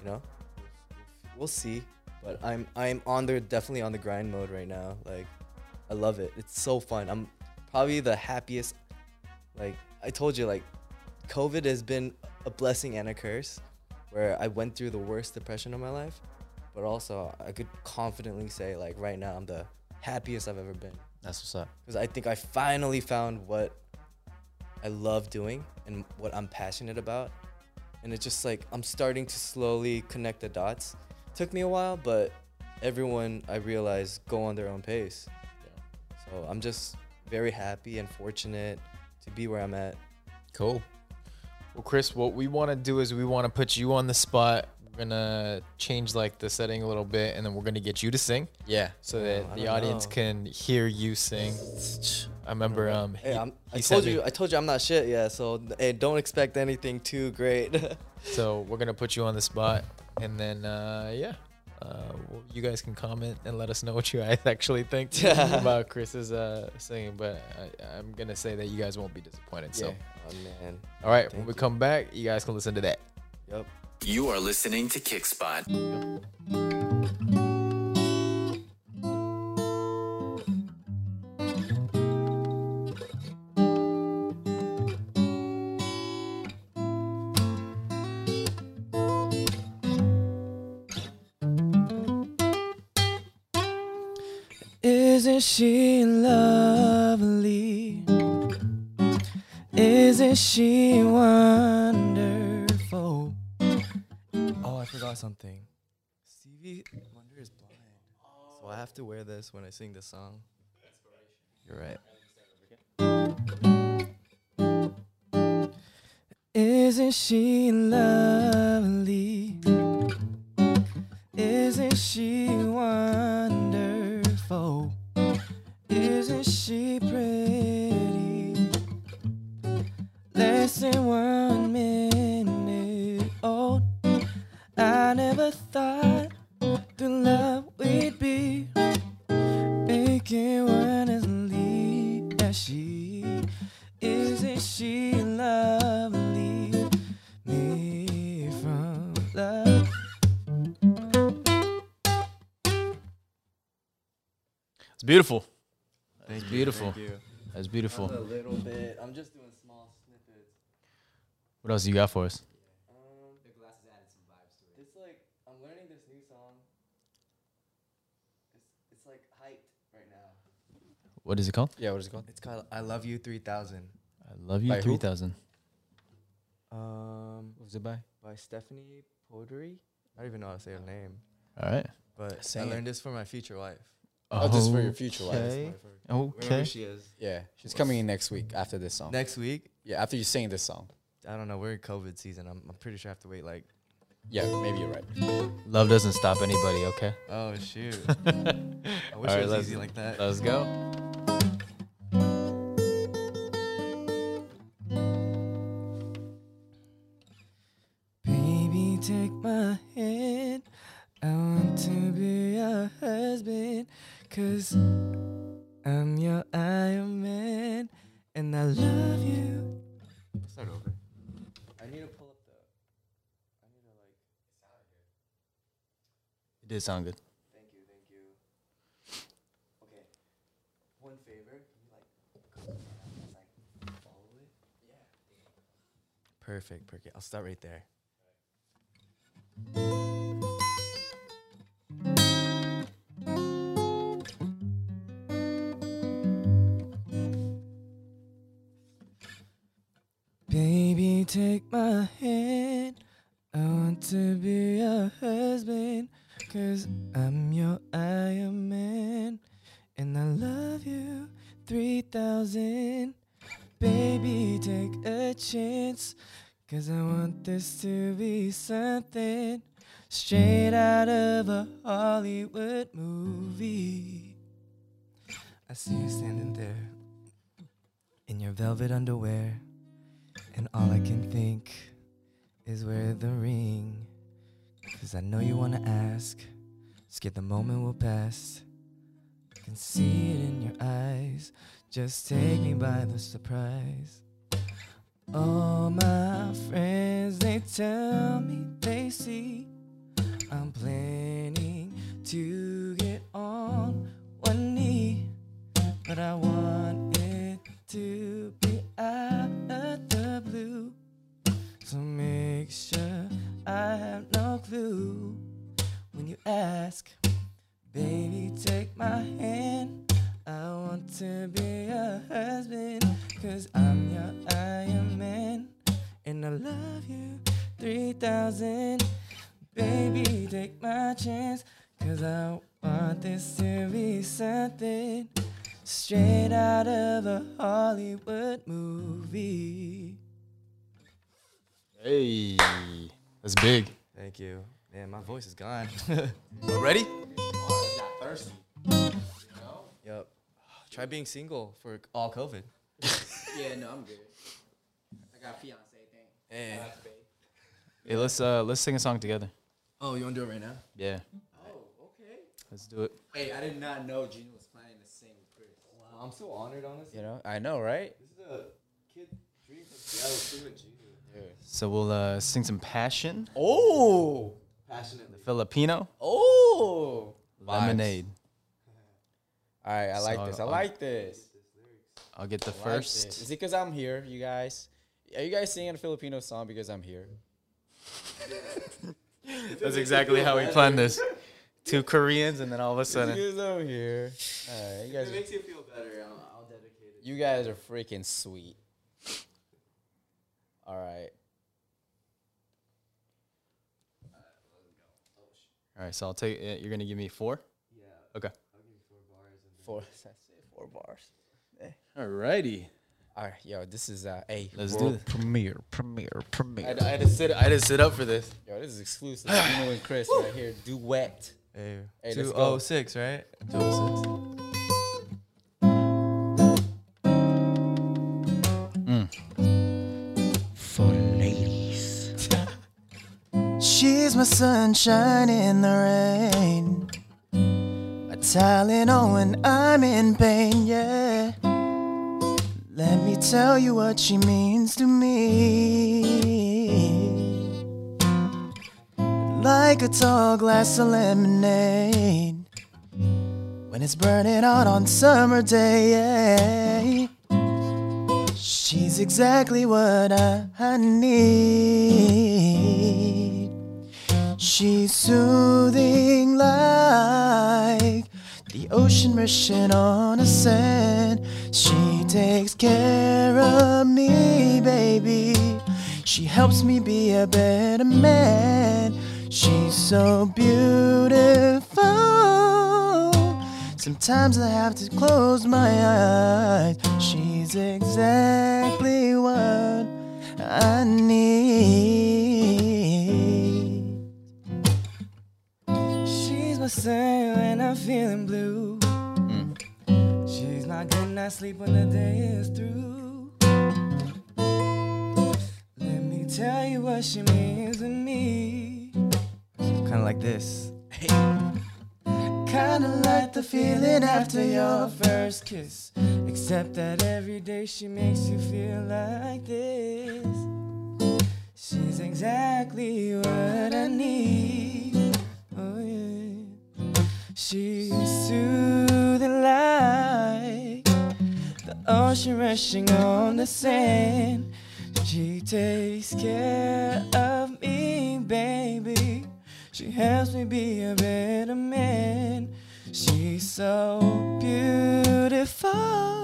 [SPEAKER 2] You know? We'll see. But I'm I'm on there definitely on the grind mode right now. Like I love it. It's so fun. I'm probably the happiest like I told you like COVID has been a blessing and a curse where I went through the worst depression of my life, but also I could confidently say like right now I'm the happiest I've ever been
[SPEAKER 1] That's what's up.
[SPEAKER 2] because I think I finally found what I love doing and what I'm passionate about. And it's just like I'm starting to slowly connect the dots. Took me a while, but everyone I realize go on their own pace. So I'm just very happy and fortunate to be where I'm at.
[SPEAKER 1] Cool.
[SPEAKER 3] Well, Chris, what we want to do is we want to put you on the spot. We're gonna change like the setting a little bit, and then we're gonna get you to sing
[SPEAKER 1] Yeah.
[SPEAKER 3] so that
[SPEAKER 2] I
[SPEAKER 3] the
[SPEAKER 2] don't
[SPEAKER 3] audience
[SPEAKER 2] know.
[SPEAKER 3] can hear you sing. I remember. Um,
[SPEAKER 2] Hey,
[SPEAKER 3] he-
[SPEAKER 2] I'm, I
[SPEAKER 3] he
[SPEAKER 2] told
[SPEAKER 3] sent
[SPEAKER 2] you,
[SPEAKER 3] me-
[SPEAKER 2] I told you I'm not shit. Yeah, so hey, don't expect anything too great.
[SPEAKER 3] So we're gonna put you on the spot, and then uh, yeah, uh, well, you guys can comment and let us know what you guys actually think about Chris's uh, singing. But I, I'm gonna say that you guys won't be disappointed. So
[SPEAKER 2] oh man.
[SPEAKER 3] all right, when
[SPEAKER 2] Thank
[SPEAKER 3] we
[SPEAKER 2] you.
[SPEAKER 3] come back, you guys can listen to that.
[SPEAKER 2] Yep.
[SPEAKER 4] You are listening to Kickspot.
[SPEAKER 2] Isn't she lovely? Isn't she wonderful? Oh, I forgot something. Stevie Wonder is blind. So I have to wear this when I sing this song. You're right. Isn't she lovely? Isn't she wonderful? Isn't she pretty? Less than one minute Oh. old. I never thought the love we'd be making one as lead as she. Isn't she lovely? Me from love.
[SPEAKER 3] It's beautiful. It's beautiful. That's beautiful.
[SPEAKER 2] A little bit. I'm just doing small snippets.
[SPEAKER 3] What else you got for us?
[SPEAKER 2] Um, the glasses added some vibes to it. It's like I'm learning this new song. It's it's like hyped right now.
[SPEAKER 3] What is it called?
[SPEAKER 1] Yeah, what is it called?
[SPEAKER 2] It's called "I Love You 3000."
[SPEAKER 3] I love you
[SPEAKER 1] By who?
[SPEAKER 3] three thousand.
[SPEAKER 2] Um,
[SPEAKER 1] What was it by?
[SPEAKER 2] by Stephanie Podery. I don't even know how to say her name,
[SPEAKER 3] All right.
[SPEAKER 2] but
[SPEAKER 1] Say
[SPEAKER 2] I
[SPEAKER 1] it.
[SPEAKER 2] learned this for my future wife.
[SPEAKER 1] Oh, just for your future wife.
[SPEAKER 2] This is
[SPEAKER 3] Okay.
[SPEAKER 2] my fir- Wherever
[SPEAKER 3] Okay.
[SPEAKER 2] she is.
[SPEAKER 1] Yeah, she's coming in next week after this song.
[SPEAKER 2] Next week,
[SPEAKER 1] yeah, after you sing this song.
[SPEAKER 2] I don't know. We're in COVID season. I'm, I'm pretty sure I have to wait like.
[SPEAKER 1] Yeah, maybe you're right.
[SPEAKER 3] Love doesn't stop anybody. Okay.
[SPEAKER 2] Oh shoot! I wish
[SPEAKER 3] right,
[SPEAKER 2] it was
[SPEAKER 3] let's-
[SPEAKER 2] easy like that.
[SPEAKER 3] Let's go.
[SPEAKER 2] Baby, take my hand. I want to be your husband, cause I'm your Iron Man, and I love you. Start over. I need to pull up the. I need to like.
[SPEAKER 3] It did sound good.
[SPEAKER 2] Thank you, thank you. Okay. One favor, can you like go down and like follow it? Yeah. Perfect, perfect. I'll start right there. Baby, take my hand. I want to be your husband. Cause I'm your Iron Man. And I love you 3000. Baby, take a chance. Cause I want this to be something straight out of a Hollywood movie. I see you standing there in your velvet underwear. And all I can think is where the ring. Cause I know you wanna ask. Scared the moment will pass. I can see it in your eyes. Just take me by the surprise. All my friends, they tell me they see I'm planning to get on one knee, but I want it to be out of the blue. So make sure I have no clue when you ask. Baby, take my hand. I want to be a husband. Cause I'm your Iron Man. And I love you 3000. Baby, take my chance. Cause I want this to be something straight out of a Hollywood movie.
[SPEAKER 5] Hey, that's big.
[SPEAKER 2] Thank you. Man, my voice is gone.
[SPEAKER 5] Ready?
[SPEAKER 2] yep. Try being single for all COVID.
[SPEAKER 6] Yeah, no, I'm good. I got fiance thing.
[SPEAKER 5] Hey, let's uh let's sing a song together.
[SPEAKER 6] Oh, you want to do it right now?
[SPEAKER 5] Yeah,
[SPEAKER 6] Oh, okay.
[SPEAKER 5] let's do it.
[SPEAKER 6] Hey, I did not know Gina was planning to sing with Chris.
[SPEAKER 2] I'm so honored, honestly.
[SPEAKER 1] You know, I know, right?
[SPEAKER 2] This is a kid dream from
[SPEAKER 5] So we'll uh sing some passion,
[SPEAKER 1] Oh,
[SPEAKER 2] Passionately.
[SPEAKER 5] Filipino
[SPEAKER 1] oh.
[SPEAKER 5] lemonade.
[SPEAKER 1] All right, I like
[SPEAKER 5] So,
[SPEAKER 1] this. I
[SPEAKER 5] um,
[SPEAKER 1] like this.
[SPEAKER 5] I'll get the
[SPEAKER 1] I like
[SPEAKER 5] first.
[SPEAKER 1] this. Is it because I'm here, you guys? Are you guys singing a Filipino song because I'm here?
[SPEAKER 5] That's exactly how we planned this. Two Koreans, and then all of a sudden,
[SPEAKER 1] Because I'm here. All right, you guys. Are,
[SPEAKER 2] makes you feel better. I'll, I'll dedicate it.
[SPEAKER 1] you guys are freaking sweet. All right.
[SPEAKER 5] all right. So I'll take. uh, You're gonna give me four.
[SPEAKER 2] Yeah,
[SPEAKER 5] Okay.
[SPEAKER 1] Four. That's it. Four bars.
[SPEAKER 5] Alrighty.
[SPEAKER 1] All right, yo. This is uh, a
[SPEAKER 5] Let's do
[SPEAKER 1] world
[SPEAKER 5] it.
[SPEAKER 1] premiere. Premiere.
[SPEAKER 5] I
[SPEAKER 1] Premiere.
[SPEAKER 5] had, I had to sit. I had to sit up for this.
[SPEAKER 1] Yo, this is exclusive. Gino and Chris right here. Duet.
[SPEAKER 2] Hey,
[SPEAKER 1] Hey, let's go.
[SPEAKER 2] 206, right? 206.
[SPEAKER 1] For ladies.
[SPEAKER 2] She's my sunshine in the rain. My Tylenol when I'm in pain, yeah. Let me tell you what she means to me. Like a tall glass of lemonade. When it's burning out on summer day, yeah. She's exactly what I, I need. She's soothing like the ocean rushing on a sand. She takes care of me, baby. She helps me be a better man. She's so beautiful. Sometimes I have to close my eyes. She's exactly what I need. She's my sun when I'm feeling blue. Hmm. She's my good night's sleep when the day is through. Let me tell you what she means to me. Kind of like this. Kinda like the feeling after your first kiss. Except that every day she makes you feel like this. She's exactly what I need. Oh yeah. She's soothing like the ocean rushing on the sand. She takes care of me, baby. She helps me be a better man. She's so beautiful.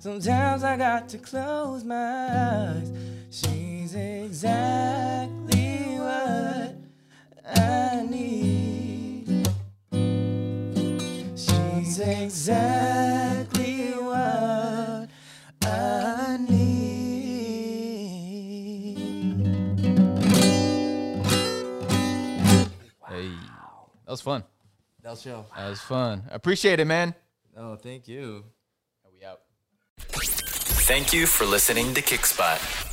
[SPEAKER 2] Sometimes I got to close my eyes. She's exactly what I need. She's exactly what I
[SPEAKER 3] That was fun.
[SPEAKER 2] That's show.
[SPEAKER 3] That was fun. I appreciate it, man.
[SPEAKER 2] No, thank you.
[SPEAKER 3] We out.
[SPEAKER 7] Thank you for listening to Kickspot.